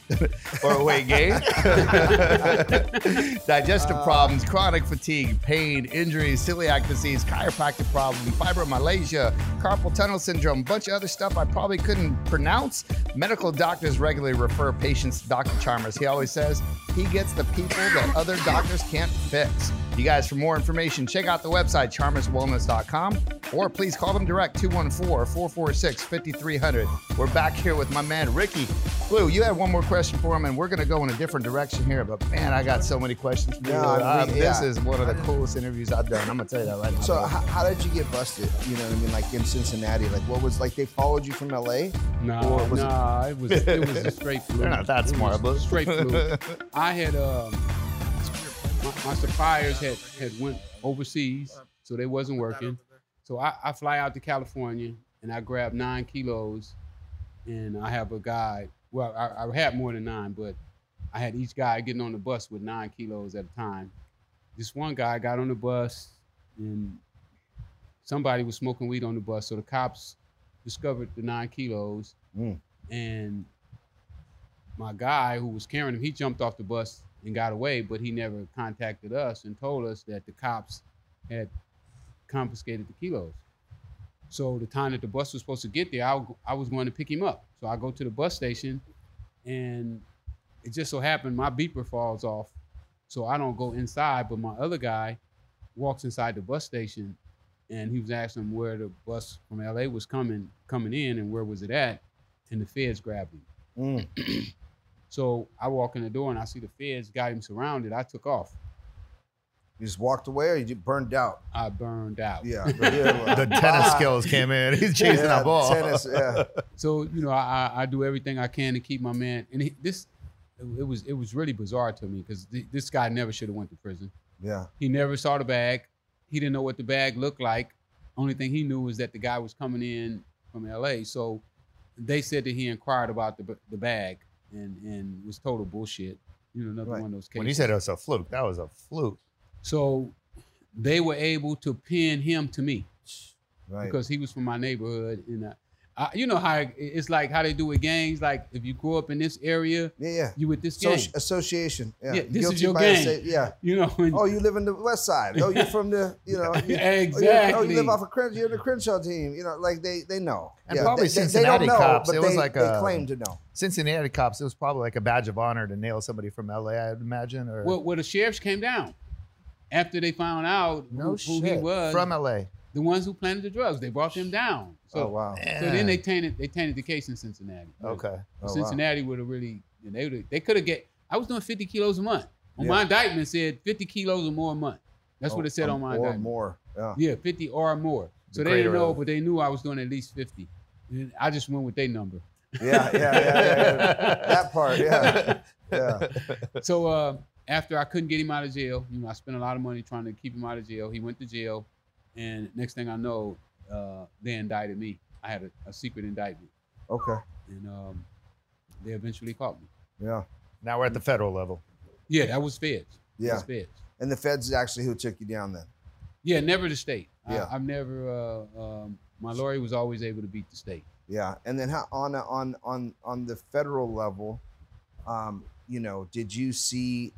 S7: or weight gain, digestive problems, chronic fatigue, pain, injuries, celiac disease, chiropractic problems, fibromyalgia, carpal tunnel syndrome, bunch of other stuff I probably couldn't pronounce. Medical doctors regularly refer patients to Dr. Chalmers. He always says he gets the people that other doctors can't fix. You guys, for more information, check out the website, charmerswellness.com, or please call them direct, 214-446-5300. We're back here with my man, Ricky. Blue, you had one more question for him, and we're going to go in a different direction here, but man, I got so many questions for you.
S6: No,
S7: Uh,
S6: we-
S7: This
S6: yeah.
S7: is one of the coolest interviews I've done. I'm going to tell you that right now.
S6: So how, how did you get busted? You know what I mean? Like in Cincinnati, like what was like they followed you from LA?
S8: Nah, nah, it was it was a straight fluke.
S7: They're not that
S8: It
S7: smart,
S8: was
S7: but-
S8: straight fluke. I had um, my, my suppliers had had went overseas, so they wasn't working. So I, I fly out to California and I grab nine kilos, and I have a guy. Well, I, I had more than nine, but I had each guy getting on the bus with nine kilos at a time. This one guy got on the bus and somebody was smoking weed on the bus, so the cops discovered the nine kilos, and my guy who was carrying him, he jumped off the bus and got away, but he never contacted us and told us that the cops had confiscated the kilos. So the time that the bus was supposed to get there, I, w- I was going to pick him up. So I go to the bus station, and it just so happened my beeper falls off, so I don't go inside. But my other guy walks inside the bus station, and he was asking him where the bus from LA was coming coming in and where was it at, and the feds grabbed him.
S6: Mm.
S8: so I walk in the door and I see the feds got him surrounded. I took off.
S6: You just walked away, or you just burned out?
S8: I burned out.
S6: Yeah,
S7: the tennis skills came in. He's chasing
S6: Yeah,
S7: that ball.
S6: tennis, yeah.
S8: So you know, I, I I do everything I can to keep my man. And he, this, it was it was really bizarre to me because th- this guy never should have went to prison.
S6: Yeah.
S8: He never saw the bag. He didn't know what the bag looked like. Only thing he knew was that the guy was coming in from L.A. So they said that he inquired about the b- the bag and and was total bullshit. You know, another one of those cases.
S7: When he said it was a fluke, that was a fluke.
S8: So they were able to pin him to me
S6: Right.
S8: because he was from my neighborhood. And I, I, you know how it- it's like how they do with gangs. Like if you grow up in this area,
S6: yeah, yeah.
S8: you with this gang.
S6: Associ- association. Yeah.
S8: Yeah, this
S6: Guilty
S8: is your
S6: by
S8: gang.
S6: associ- Yeah.
S8: You know. and-
S6: Oh, you live in the West Side. Oh, you're from the, you know, you, Oh, you, oh, you
S8: Exactly.
S6: live off of Crenshaw. You're the Crenshaw team. You know, like they they know.
S7: And
S6: Yeah,
S7: probably
S6: they, they- they
S7: Cincinnati
S6: don't know,
S7: cops.
S6: But
S7: it was
S6: they,
S7: like
S6: they
S7: a,
S6: claim to know.
S7: Cincinnati cops. It was probably like a badge of honor to nail somebody from LA. I'd imagine, or
S8: well, well, the sheriffs came down after they found out
S7: no
S8: who, who he
S7: shit.
S8: was.
S7: from LA.
S8: the ones who planted the drugs, they brought him down. So,
S6: oh wow.
S8: so then they tainted they tainted the case in Cincinnati.
S7: Okay.
S6: Oh, wow.
S8: Cincinnati would have really they would they could have get. I was doing 50 kilos a month. On
S6: Yeah.
S8: my indictment said 50 kilos or more a month. That's what it said
S6: Oh,
S8: on my
S6: Or
S8: indictment.
S6: more. Yeah.
S8: Yeah, 50 or more. So they
S7: greater
S8: didn't know,
S7: of-
S8: but they knew I was doing at least 50. And I just went with their number.
S6: Yeah, yeah, yeah, yeah, yeah. That part, yeah. Yeah.
S8: So uh, after I couldn't get him out of jail, you know, I spent a lot of money trying to keep him out of jail. He went to jail, and next thing I know, uh, they indicted me. I had a, a secret indictment,
S6: Okay.
S8: and um, they eventually caught me.
S6: Yeah.
S7: Now we're at the federal level.
S8: Yeah, that was feds.
S6: Yeah.
S8: that was feds.
S6: And the feds is actually who took you down then.
S8: Yeah, never the state.
S6: Yeah.
S8: I, I've never. Uh, um, my lawyer was always able to beat the state.
S6: Yeah, and then how on a- on on on the federal level, um, you know, did you see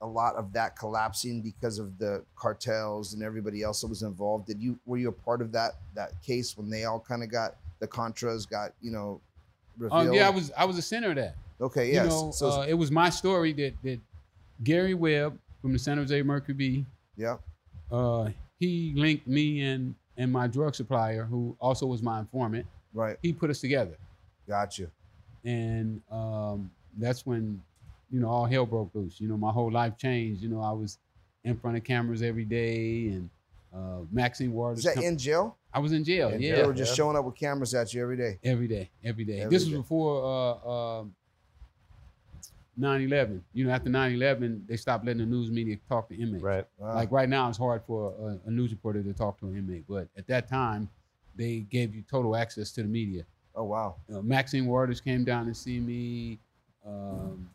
S6: a lot of that collapsing because of the cartels and everybody else that was involved? Did you were you a part of that that case when they all kind of got the Contras got you know revealed?
S8: Um, yeah, I was. I was a center of that.
S6: okay, yes.
S8: You know,
S6: so
S8: uh, it was my story that that Gary Webb from the San Jose Mercury Bee
S6: yeah,
S8: uh, he linked me and and my drug supplier, who also was my informant.
S6: right,
S8: He put us together,
S6: got you.
S8: and um, that's when you know all hell broke loose. You know, my whole life changed. You know, I was in front of cameras every day, and uh, Maxine Waters.
S6: Is that
S8: come-
S6: in jail?
S8: I was in jail.
S7: in
S8: yeah,
S6: They
S7: jail?
S6: were just
S7: yeah.
S6: showing up with cameras at you every day.
S8: every day, every day.
S6: Every
S8: this
S6: day.
S8: was before uh, um 9/11. You know, after 9/11, they stopped letting the news media talk to inmates.
S7: Right.
S6: Wow.
S8: Like right now, it's hard for a, a news reporter to talk to an inmate, but at that time, they gave you total access to the media.
S6: oh wow,
S8: Uh, Maxine Waters came down and see me. Um,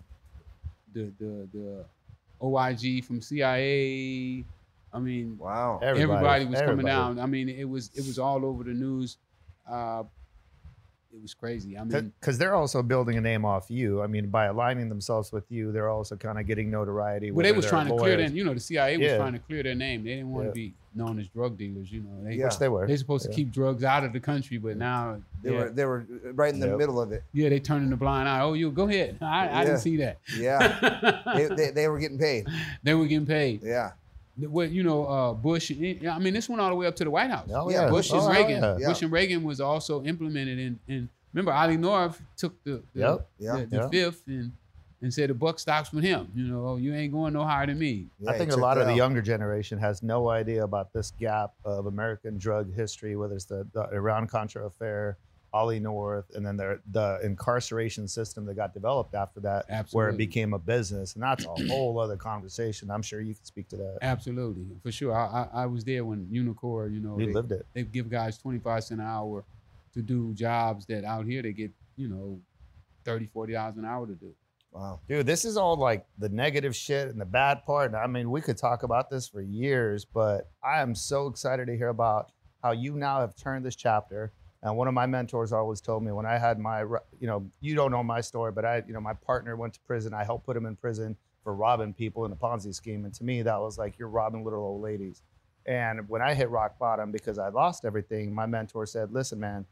S8: the the the OIG from CIA. I mean,
S6: wow,
S8: everybody,
S7: Everybody
S8: was coming
S7: everybody.
S8: down. I mean, it was it was all over the news. Uh, it was crazy. I mean,
S7: Because they're also building a name off you. I mean, by aligning themselves with you, they're also kind of getting notoriety.
S8: well, they
S7: whether
S8: was
S7: they're
S8: trying to clear
S7: lawyers,
S8: their, you know, the CIA was
S7: Yeah.
S8: trying to clear their name. They didn't want
S7: Yeah.
S8: to be known as drug dealers. You know, they
S6: Yeah.
S7: Which they were.
S8: They're supposed
S7: Yeah.
S8: to keep drugs out of the country, but now
S6: They
S8: yeah,
S6: were they were right in the
S7: Yep.
S6: middle of it.
S8: yeah, they turning the blind eye. Oh, you go ahead. I, I
S6: Yeah.
S8: didn't see that.
S6: Yeah, they, they, they were getting paid.
S8: they were getting paid.
S6: Yeah,
S8: The- What you know, uh, Bush. I mean, this went all the way up to the White House.
S7: Oh,
S6: Yeah,
S7: yeah.
S8: Bush
S7: Oh,
S8: and
S7: hell
S8: Reagan.
S7: yeah.
S6: Yeah.
S8: Bush and Reagan was also implemented in. in remember, Ali North took the the,
S7: Yep.
S6: yeah.
S8: the, the
S7: Yeah.
S8: fifth and and said the buck stops with him. You know, oh, you ain't going no higher than me.
S6: yeah, uh,
S7: I think a
S6: check
S7: lot
S6: that
S7: of the
S6: out.
S7: younger generation has no idea about this gap of American drug history, whether it's the, the Iran Contra affair, Ollie North, and then the, the incarceration system that got developed after that, where it
S8: Absolutely.
S7: became a business. And that's a whole other conversation. I'm sure you can speak to that.
S8: Absolutely, for sure. I I, I was there when Unicor. You know,
S7: You
S8: they-
S7: lived it.
S8: they give guys 25 cent an hour to do jobs that out here they get you know 30 40 dollars an hour to do
S6: Wow.
S7: Dude, this is all like the negative shit and the bad part. And I mean, we could talk about this for years, but I am so excited to hear about how you now have turned this chapter. And one of my mentors always told me when I had my, ro- you know, you don't know my story, but I, you know, my partner went to prison. I helped put him in prison for robbing people in a Ponzi scheme. And to me, that was like, you're robbing little old ladies. And when I hit rock bottom because I lost everything, my mentor said, listen, man,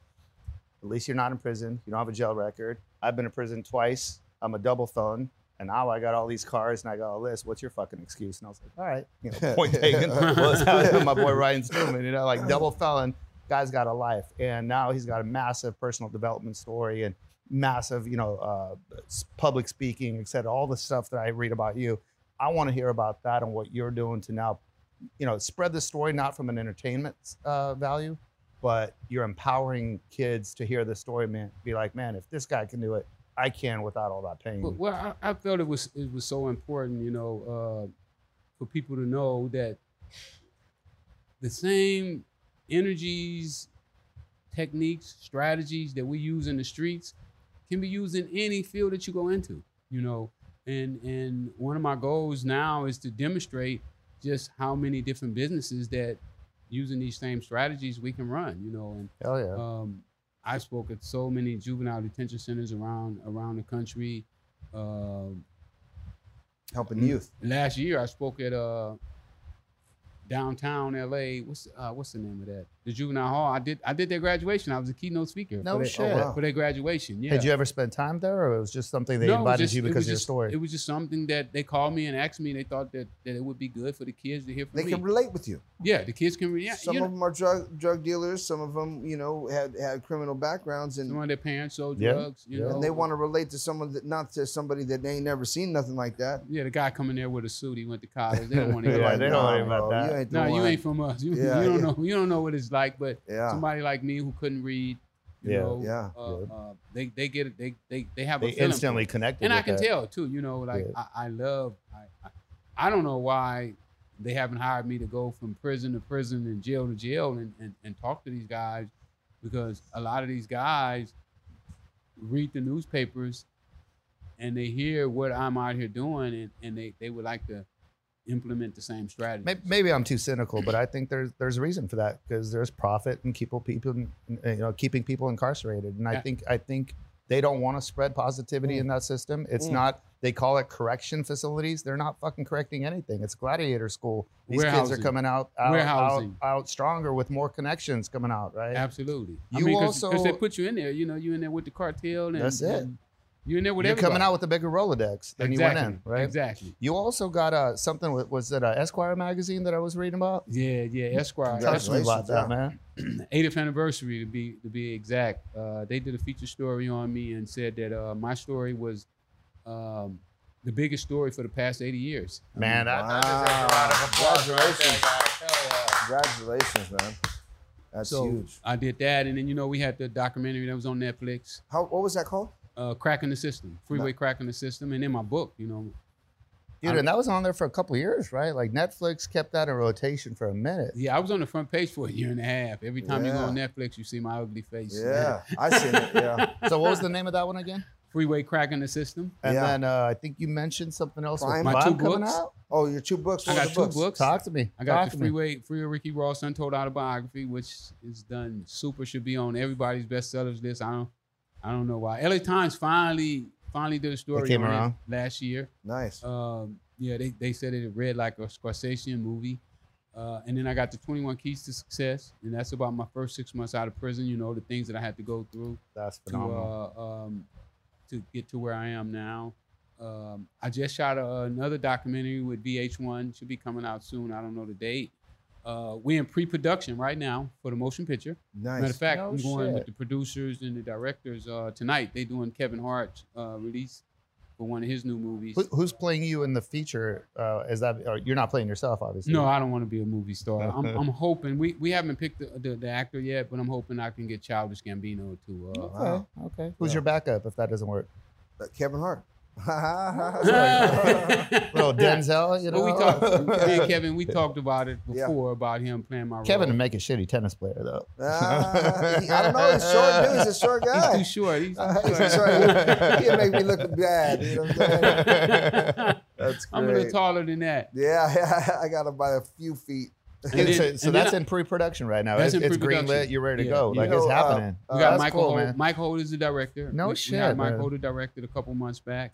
S7: at least you're not in prison. You don't have a jail record. I've been in prison twice. I'm a double phone. And now I got all these cars and I got all this. What's your fucking excuse? And I was like, all right, you know, point taken. well, that's how I was with my boy Ryan Stillman, you know, like double felon. Guy's got a life. And now he's got a massive personal development story and massive, you know, uh, s- public speaking, et cetera, all the stuff that I read about you. I want to hear about that and what you're doing to now you know, spread the story not from an entertainment uh, value, but you're empowering kids to hear the story, man. Be like, man, if this guy can do it, I can without all that pain.
S8: Well, well I, I, felt it was it was so important, you know, uh, for people to know that the same energies, techniques, strategies that we use in the streets can be used in any field that you go into, you know. And and one of my goals now is to demonstrate just how many different businesses that using these same strategies we can run, you know. And
S7: Hell yeah. Um,
S8: I spoke at so many juvenile detention centers around around the country. Uh,
S7: Helping youth.
S8: Last year, I spoke at uh, downtown LA. What's uh, what's the name of that? The juvenile hall. I did I did their graduation. I was a keynote speaker.
S7: No
S8: for
S7: shit. Their, oh, wow.
S8: For their graduation. Yeah.
S7: Had you ever spent time there, or it was just something they no, invited just, you because of
S8: just,
S7: your story?
S8: It was just something that they called me and asked me. They thought that, that it would be good for the kids to hear from
S6: they
S8: me.
S6: can relate with you.
S8: Yeah, the kids can. Yeah,
S6: some of know. them are drug drug dealers. Some of them, you know, had had criminal backgrounds, and
S8: some of their parents sold yeah. drugs. You yeah. know,
S6: and they want to relate to someone that not to somebody that they ain't never seen nothing like that.
S8: Yeah, the guy coming there with a suit. He went to college. They don't want to.
S7: yeah, like, they don't worry about that.
S8: You no, nah, you ain't from us. You, yeah, you don't yeah. know. You don't know what it's like. But yeah. somebody like me who couldn't read, you
S7: yeah,
S8: know,
S7: yeah,
S8: uh, uh, they they get it. They they they have
S7: they
S8: a feeling
S7: instantly connected,
S8: and I can
S7: that.
S8: tell too. You know, like I, I, love. I, I, I don't know why they haven't hired me to go from prison to prison and jail to jail and, and, and talk to these guys because a lot of these guys read the newspapers and they hear what I'm out here doing and, and they, they would like to implement the same strategy.
S7: Maybe, maybe, I'm too cynical, but I think there's there's a reason for that because there's profit in people people you know keeping people incarcerated, and I yeah. think I think they don't want to spread positivity mm. in that system. It's mm. not they call it correction facilities. They're not fucking correcting anything. It's gladiator school. These kids are coming out out, out, out stronger with more connections coming out, right?
S8: Absolutely. You I mean, cause, also because they put you in there. You know, you in there with the cartel. And,
S7: that's it.
S8: And, you're in there with
S7: You're
S8: everybody.
S7: coming out with a bigger Rolodex than
S8: exactly.
S7: you went in, right?
S8: Exactly.
S7: You also got uh, something. With, was it uh, Esquire magazine that I was reading about?
S8: Yeah, yeah, Esquire.
S7: Tell me about that, Mm, man.
S8: 80th anniversary, to be to be exact. Uh, they did a feature story on me and said that uh, my story was um, the biggest story for the past 80 years.
S7: Man, I, mean, wow.
S6: I congratulations! Congratulations, man. That's
S8: so
S6: huge.
S8: I did that, and then you know we had the documentary that was on Netflix.
S6: How? What was that called?
S8: Uh, cracking the system, freeway no. cracking the system, and in my book, you know.
S7: Dude, I, and that was on there for a couple years, right? Like Netflix kept that in rotation for a minute.
S8: Yeah, I was on the front page for a year and a half. Every time yeah. you go on Netflix, you see my ugly face.
S6: Yeah, I seen it. Yeah.
S7: so what was the name of that one again?
S8: Freeway cracking the system.
S7: And yeah. then uh, I think you mentioned something else. Crime. my Bob two books. Out?
S6: Oh, your two books.
S8: I got two
S6: books?
S8: books?
S7: Talk to me.
S8: I got
S7: Talk
S8: the Freeway Freeway Ricky Ross Untold Autobiography, which is done super. Should be on everybody's bestsellers list. I don't. I don't know why. LA Times finally finally did a story
S7: it came around.
S8: last year.
S6: Nice.
S8: Um, yeah, they, they said it read like a Scorsese movie. Uh, and then I got the 21 Keys to Success, and that's about my first six months out of prison. You know the things that I had to go through.
S7: That's
S8: phenomenal. To, uh, um, to get to where I am now. Um, I just shot a, another documentary with VH1. Should be coming out soon. I don't know the date. Uh, we're in pre-production right now for the motion picture.
S6: Nice.
S8: Matter of fact,
S6: no
S8: I'm going shit. with the producers and the directors uh, tonight. They doing Kevin Hart's uh, release for one of his new movies.
S7: Who, who's playing you in the feature? uh, is that you're not playing yourself, obviously?
S8: No, I don't want to be a movie star. I'm, I'm, hoping we, we haven't picked the, the, the, actor yet, but I'm hoping I can get Childish Gambino to. uh,
S7: okay, wow. okay. Who's yeah. your backup if that doesn't work?
S6: Uh, Kevin Hart.
S7: little Denzel, you know.
S8: Well, we talked, me and Kevin, we talked about it before yeah. about him playing my role.
S7: Kevin would make a shitty tennis player though.
S6: Uh, he, I don't know. He's short dude. He's a short guy.
S8: He's too short. He's,
S6: uh, he's short. short. He'll make me look bad. You know what I'm saying? That's great.
S8: I'm a little taller than that.
S6: Yeah, yeah I got about a few feet.
S7: Then, so, so that's I, in pre-production right now. That's it's, it's greenlit. You're ready to yeah, go. Yeah. Like you know, it's happening.
S8: Uh, we
S7: got
S8: oh, Michael. Cool, Holt. Mike Holt is the director.
S7: No
S8: we,
S7: shit.
S8: We had Mike
S7: man.
S8: Holt directed a couple months back.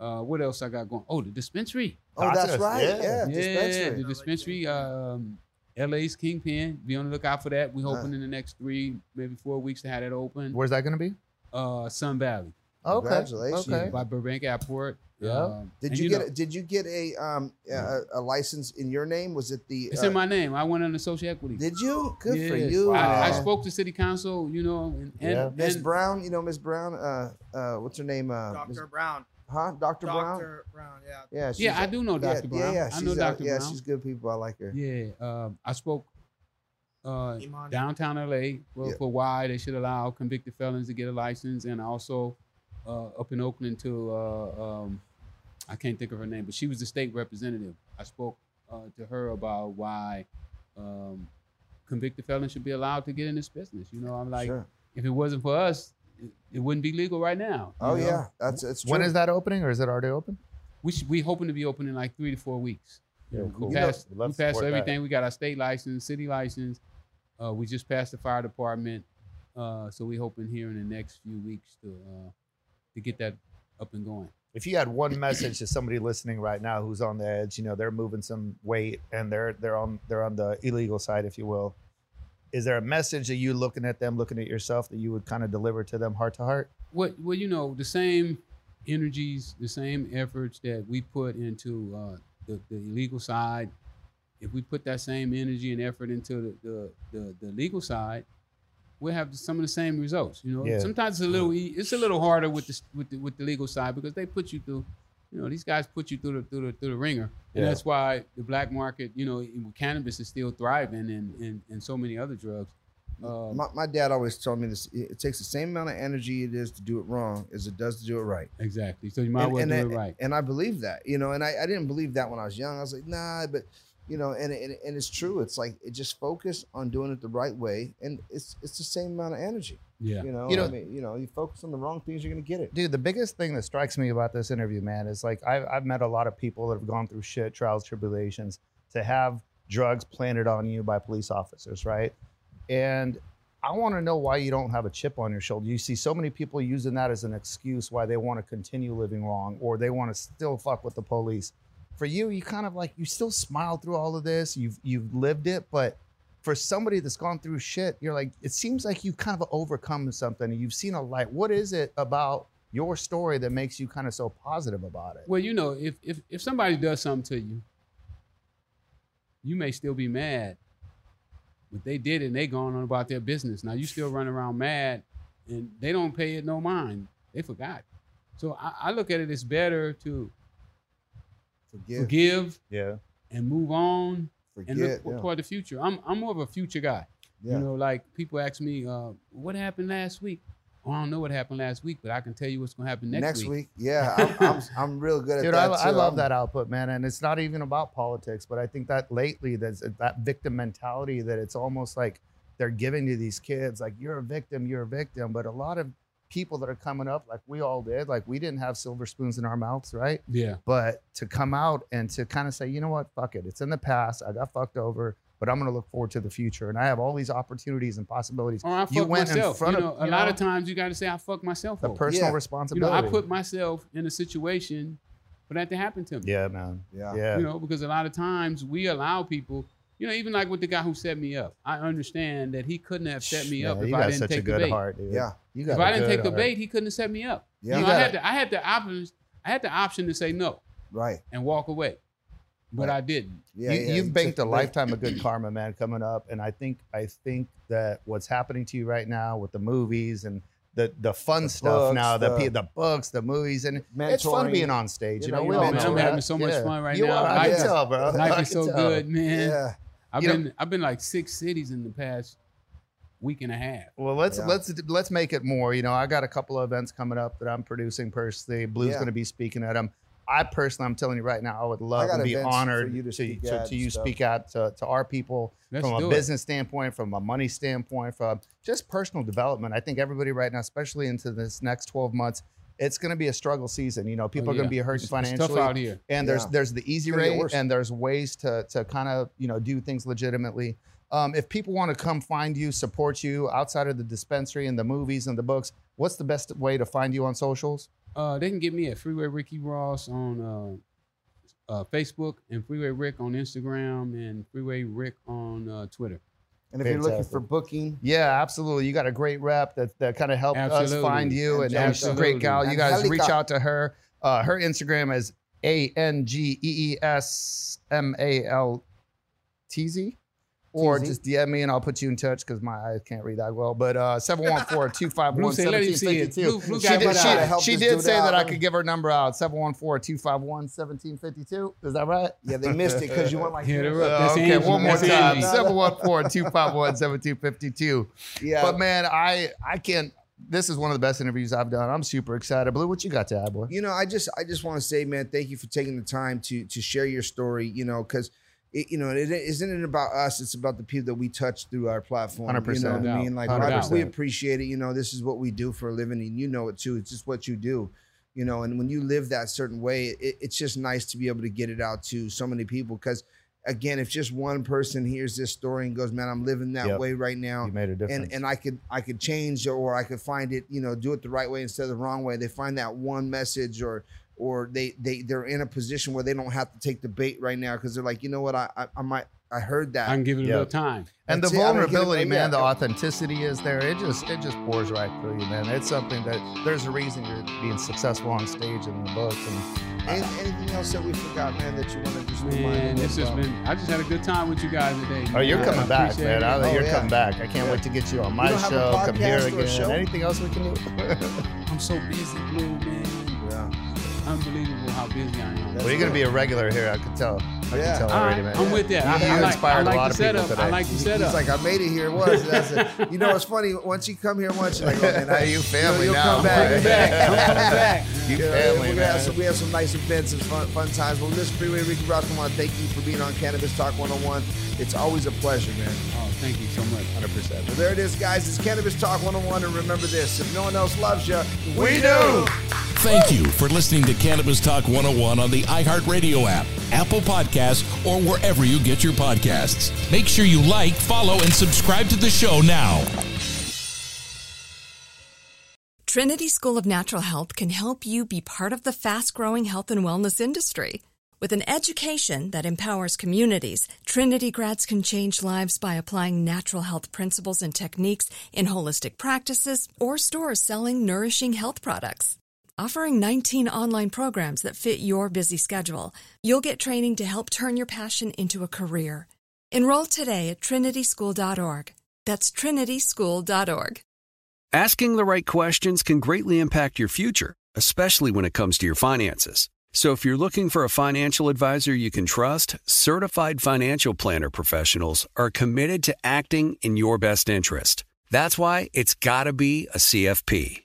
S8: Uh, what else I got going? Oh, the dispensary.
S6: Oh, Process. that's right.
S8: Yeah,
S6: yeah, dispensary.
S8: yeah the dispensary. Um, LA's Kingpin. Be on the lookout for that. We're hoping uh, in the next three, maybe four weeks to have that open.
S7: Where's that going to be? Oh,
S8: Uh, Sun Valley.
S7: Okay.
S6: Congratulations.
S8: Okay. By Burbank Airport.
S7: Yeah. Um,
S6: did you, you know, get a, did you get a um a, a, license in your name? Was it the?
S8: It's uh, in my name. I went under social equity.
S6: Did you? Good yes. for you.
S8: Wow. I, I, spoke to city council. You know, and, and
S6: yeah. Miss Brown. You know, Miss Brown. Uh, uh, what's her name? Uh,
S15: Doctor
S6: Ms.
S15: Brown.
S6: Huh? Dr. Brown?
S15: Dr. Brown, yeah.
S6: Yeah,
S8: Yeah, I do know
S6: yeah,
S8: Dr.
S6: Yeah,
S8: Brown.
S6: yeah,
S8: I
S6: she's,
S8: know
S6: uh,
S8: Dr.
S6: Yeah,
S8: Brown.
S6: she's good people. I like her.
S8: Yeah, um, I spoke uh,
S15: Imani.
S8: downtown LA for,
S6: Yeah.
S8: for why they should allow convicted felons to get a license, and also uh, up in Oakland to uh, um, I can't think of her name, but she was the state representative. I spoke uh, to her about why um, convicted felons should be allowed to get in this business. You know, I'm like,
S6: Sure.
S8: if it wasn't for us, it, it wouldn't be legal right now. you
S6: Oh,
S8: know?
S6: yeah. That's it's
S7: When
S6: true.
S7: is that opening, or is it already open?
S8: we should, we hoping to be open in like three to four weeks.
S7: Yeah,
S8: You know,
S7: cool.
S8: We
S7: You know,
S8: passed,
S7: we'd love
S8: we
S7: to
S8: passed
S7: support that.
S8: everything. We got our state license, city license. Uh, we just passed the fire department, uh, so we hoping here in the next few weeks to uh, to get that up and going.
S7: If you had one message to somebody listening right now who's on the edge, you know they're moving some weight and they're they're on they're on the illegal side, if you will. Is there a message that you looking at them, looking at yourself, that you would kind of deliver to them heart to heart?
S8: What well, you know, the same energies, the same efforts that we put into uh, the, the illegal side. If we put that same energy and effort into the the, the, the legal side, we'll have some of the same results. You know,
S7: Yeah.
S8: sometimes it's a little e- it's a little harder with the s- with the, with the legal side because they put you through. You know, these guys put you through the through the, through the ringer, and
S7: Yeah.
S8: that's why the black market. You know, cannabis is still thriving, and and, and so many other drugs. Um,
S6: my, my dad always told me this it it takes the same amount of energy it is to do it wrong as it does to do it right.
S8: exactly. So you might well do
S6: I,
S8: it right.
S6: And I believe that, you know, and I, I didn't believe that when I was young. I was like, nah, but you know, and, and and it's true. It's like it just focus on doing it the right way, and it's it's the same amount of energy.
S8: Yeah.
S6: You know,
S7: You
S6: I
S7: know-
S6: mean, you know, you focus on the wrong things, you're gonna get it.
S7: Dude, the biggest thing that strikes me about this interview, man, is like I've, I've met a lot of people that have gone through shit, trials, tribulations, to have drugs planted on you by police officers, right? And I want to know why you don't have a chip on your shoulder. You see so many people using that as an excuse why they want to continue living wrong or they want to still fuck with the police. For you, you kind of like you still smile through all of this. You've you've lived it, but for somebody that's gone through shit, you're like, it seems like you've kind of overcome something and you've seen a light. What is it about your story that makes you kind of so positive about it?
S8: Well, you know, if if if somebody does something to you, you may still be mad, but they did it and they gone on about their business. Now you still run around mad, and they don't pay it no mind. They forgot. So I, I look at it as better to
S6: Forgive,
S8: forgive
S7: Yeah.
S8: and move on
S6: forget.
S8: and look
S6: yeah.
S8: toward the future. I'm I'm more of a future guy.
S6: Yeah.
S8: You know, like people ask me, uh, what happened last week? Well, I don't know what happened last week, but I can tell you what's gonna happen next,
S6: Next, week. yeah, I'm, I'm I'm real good at
S7: Dude, I,
S6: that.
S7: I
S6: too.
S7: love
S6: I'm-
S7: that output, man. And it's not even about politics, but I think that lately there's that victim mentality that it's almost like they're giving to these kids, like you're a victim, you're a victim. But a lot of people that are coming up, like we all did, like we didn't have silver spoons in our mouths, right?
S8: Yeah.
S7: But to come out and to kind of say, you know what, fuck it, it's in the past. I got fucked over, but I'm gonna look forward to the future, and I have all these opportunities and possibilities.
S8: Or Oh, I fuck
S7: you went
S8: myself.
S7: in front
S8: you know,
S7: of
S8: a
S7: you
S8: lot
S7: know,
S8: of times you got to say I fuck myself.
S7: the
S8: over.
S7: personal
S6: Yeah.
S8: You know,
S7: responsibility.
S8: I put myself in a situation for that to happen to me.
S7: yeah, man.
S6: Yeah.
S7: Yeah.
S8: You know, because a lot of times we allow people. You know, even like with the guy who set me up, I understand that he couldn't have set me
S7: Yeah,
S8: up
S7: you
S8: if
S7: got
S8: I didn't
S7: such
S8: take
S7: a good
S8: the bait.
S7: heart, dude.
S6: Yeah.
S7: You got
S8: If
S7: a
S8: I didn't
S7: good
S8: take the
S7: heart.
S8: bait, he couldn't have set me up.
S6: Yeah.
S8: You know,
S7: You
S8: I
S7: got
S8: had
S7: it.
S8: the I had the option I had the option to say no
S6: Right.
S8: and walk away, but I didn't.
S6: Yeah.
S7: you,
S6: yeah,
S7: you've
S6: took
S7: banked
S6: the
S7: a
S6: bait.
S7: lifetime of good karma, man, coming up. And I think I think that what's happening to you right now with the movies and the the fun
S6: The
S7: stuff
S6: books,
S7: now, the,
S6: the-
S7: the the books, the movies, and it's fun
S6: Mentoring.
S7: being on stage. You,
S6: You
S7: know,
S6: know,
S7: we
S6: you know,
S7: all
S8: man,
S7: know
S8: I'm
S7: that.
S8: having so much
S7: Yeah.
S8: fun right
S7: you
S8: now.
S7: Are, I
S8: Life-
S7: can tell, bro. I
S8: Life
S7: can
S8: is so
S7: tell.
S8: good, man.
S6: Yeah.
S8: I've
S7: You know-
S8: been I've been like six cities in the past week and a half.
S7: Well, let's
S6: Yeah.
S7: let's let's make it more. You know, I got a couple of events coming up that I'm producing personally. Blue's
S6: Yeah.
S7: going to be speaking at them. I personally, I'm telling you right now, I would love
S6: got
S7: to be
S6: events for
S7: honored
S6: you
S7: to
S6: to
S7: to,
S6: speak
S7: to,
S6: at
S7: you
S6: and stuff.
S7: speak out to, to our people
S8: Let's
S7: from a
S8: do it.
S7: business standpoint, from a money standpoint, from just personal development. I think everybody right now, especially into this next 12 months, it's going to be a struggle season. You know, people are going to
S8: Oh, yeah.
S7: be hurting
S8: It's- it's tough
S7: financially.
S8: out here.
S7: And there's
S6: Yeah.
S7: there's the easy
S6: It's gonna get
S7: rate,
S6: worse.
S7: and there's ways to to kind of you know do things legitimately. Um, if people want to come find you, support you outside of the dispensary and the movies and the books, what's the best way to find you on socials?
S8: Uh, they can get me at Freeway Ricky Ross on uh, uh, Facebook and Freeway Rick on Instagram and Freeway Rick on uh, Twitter.
S6: And if you're looking
S7: Fantastic.
S6: for booking,
S7: Yeah, absolutely. You got a great rep that, that kind of helped us
S8: Absolutely.
S7: find you, and, and she's a great
S8: Absolutely.
S7: gal. You guys reach
S6: Angelica.
S7: out to her. Uh, her Instagram is a n g e e s m a l t z. Or just DM me and I'll put you in touch because my eyes can't read that well. But uh, 714-251-1752.
S8: Blue say, let him see it. Blue- blue
S7: she
S8: guy
S7: did,
S8: right
S7: she-
S8: out. To help
S7: she
S8: this
S7: did
S8: dude
S7: say
S8: out.
S7: that I could give her number out, 714-251-1752. Is that right?
S6: Yeah, they missed it 'cause you went like
S8: Hit her
S7: Uh,
S8: up. That's
S7: okay,
S8: Angie.
S7: one more
S8: That's
S7: time.
S8: Angie.
S7: 714-251-1752.
S6: Yeah.
S7: But man, I I can't. This is one of the best interviews I've done. I'm super excited. Blue, what you got to add, boy?
S6: You know, I just I just want to say, man, thank you for taking the time to to share your story. You know, because it, you know, it isn't it about us. It's about the people that we touch through our platform. You know
S7: 100%.
S6: what I mean? Like,
S7: 100%.
S6: we appreciate it. You know, this is what we do for a living, and you know it too. It's just what you do. You know, and when you live that certain way, it, it's just nice to be able to get it out to so many people. Because again, if just one person hears this story and goes, "Man, I'm living that
S7: Yep.
S6: way right now,"
S7: You made a difference.
S6: and and I could I could change or I could find it, you know, do it the right way instead of the wrong way. They find that one message or or they they they're in a position where they don't have to take the bait right now because they're like, you know what, I I, I might I heard that.
S8: I can give it a
S7: Yeah.
S8: little time.
S7: And the
S6: That's it. I don't get it,
S7: vulnerability,
S6: but
S7: man,
S6: yeah.
S7: the authenticity is there. It just it just pours right through you, man. It's something that there's a reason you're being successful on stage and in the books. And
S6: Any- anything else that we forgot, man, that you want to just remind
S8: Man,
S6: me
S8: this has
S6: about?
S8: been. I just had a good time with you guys today.
S7: oh, you're
S8: man. I
S7: coming back,
S8: appreciate
S7: man.
S8: it.
S7: I,
S6: Oh,
S7: you're
S6: yeah.
S7: coming back. I can't wait to get you on my
S6: don't have a
S7: show. Come here
S6: podcast or a
S7: again.
S6: show?
S7: Anything else we can do?
S8: I'm so busy, Blue man.
S6: Yeah.
S8: Unbelievable how busy I am.
S7: well, you're gonna be a regular here. I could tell. I
S6: Yeah.
S7: could tell
S8: All right,
S7: already, man.
S8: I'm with that.
S7: You
S8: I, I like, I
S7: inspired a
S8: like
S7: lot
S8: the
S7: of people
S8: setup. I
S7: today.
S8: like the setup.
S6: He's like, I made it here once. And I said, you know, it's funny. Once you come here once, you're like, oh, man, I,
S7: You family
S6: you'll, you'll
S7: now,
S6: Come back.
S7: boy.
S6: You'll come
S8: back.
S7: You
S6: Yeah,
S7: family,
S6: we're gonna
S7: man.
S6: have some, we have some nice events and fun, fun times. Well, this freeway, Ricky Ross, I want to thank you for being on Cannabis Talk 101. It's always a pleasure, man.
S8: oh, thank you so much. 100%.
S6: Well, there it is, guys. It's Cannabis Talk 101. And remember this if no one else loves you, we, do.
S4: Thank you for listening to Cannabis Talk 101 on the iHeartRadio app, Apple Podcasts, or wherever you get your podcasts. Make sure you like, follow, and subscribe to the show now.
S10: Trinity School of Natural Health can help you be part of the fast growing health and wellness industry. With an education that empowers communities, Trinity grads can change lives by applying natural health principles and techniques in holistic practices or stores selling nourishing health products. Offering 19 online programs that fit your busy schedule, you'll get training to help turn your passion into a career. Enroll today at trinityschool.org. That's trinityschool.org.
S1: Asking the right questions can greatly impact your future, especially when it comes to your finances. So if you're looking for a financial advisor you can trust, certified financial planner professionals are committed to acting in your best interest. That's why it's got to be a CFP.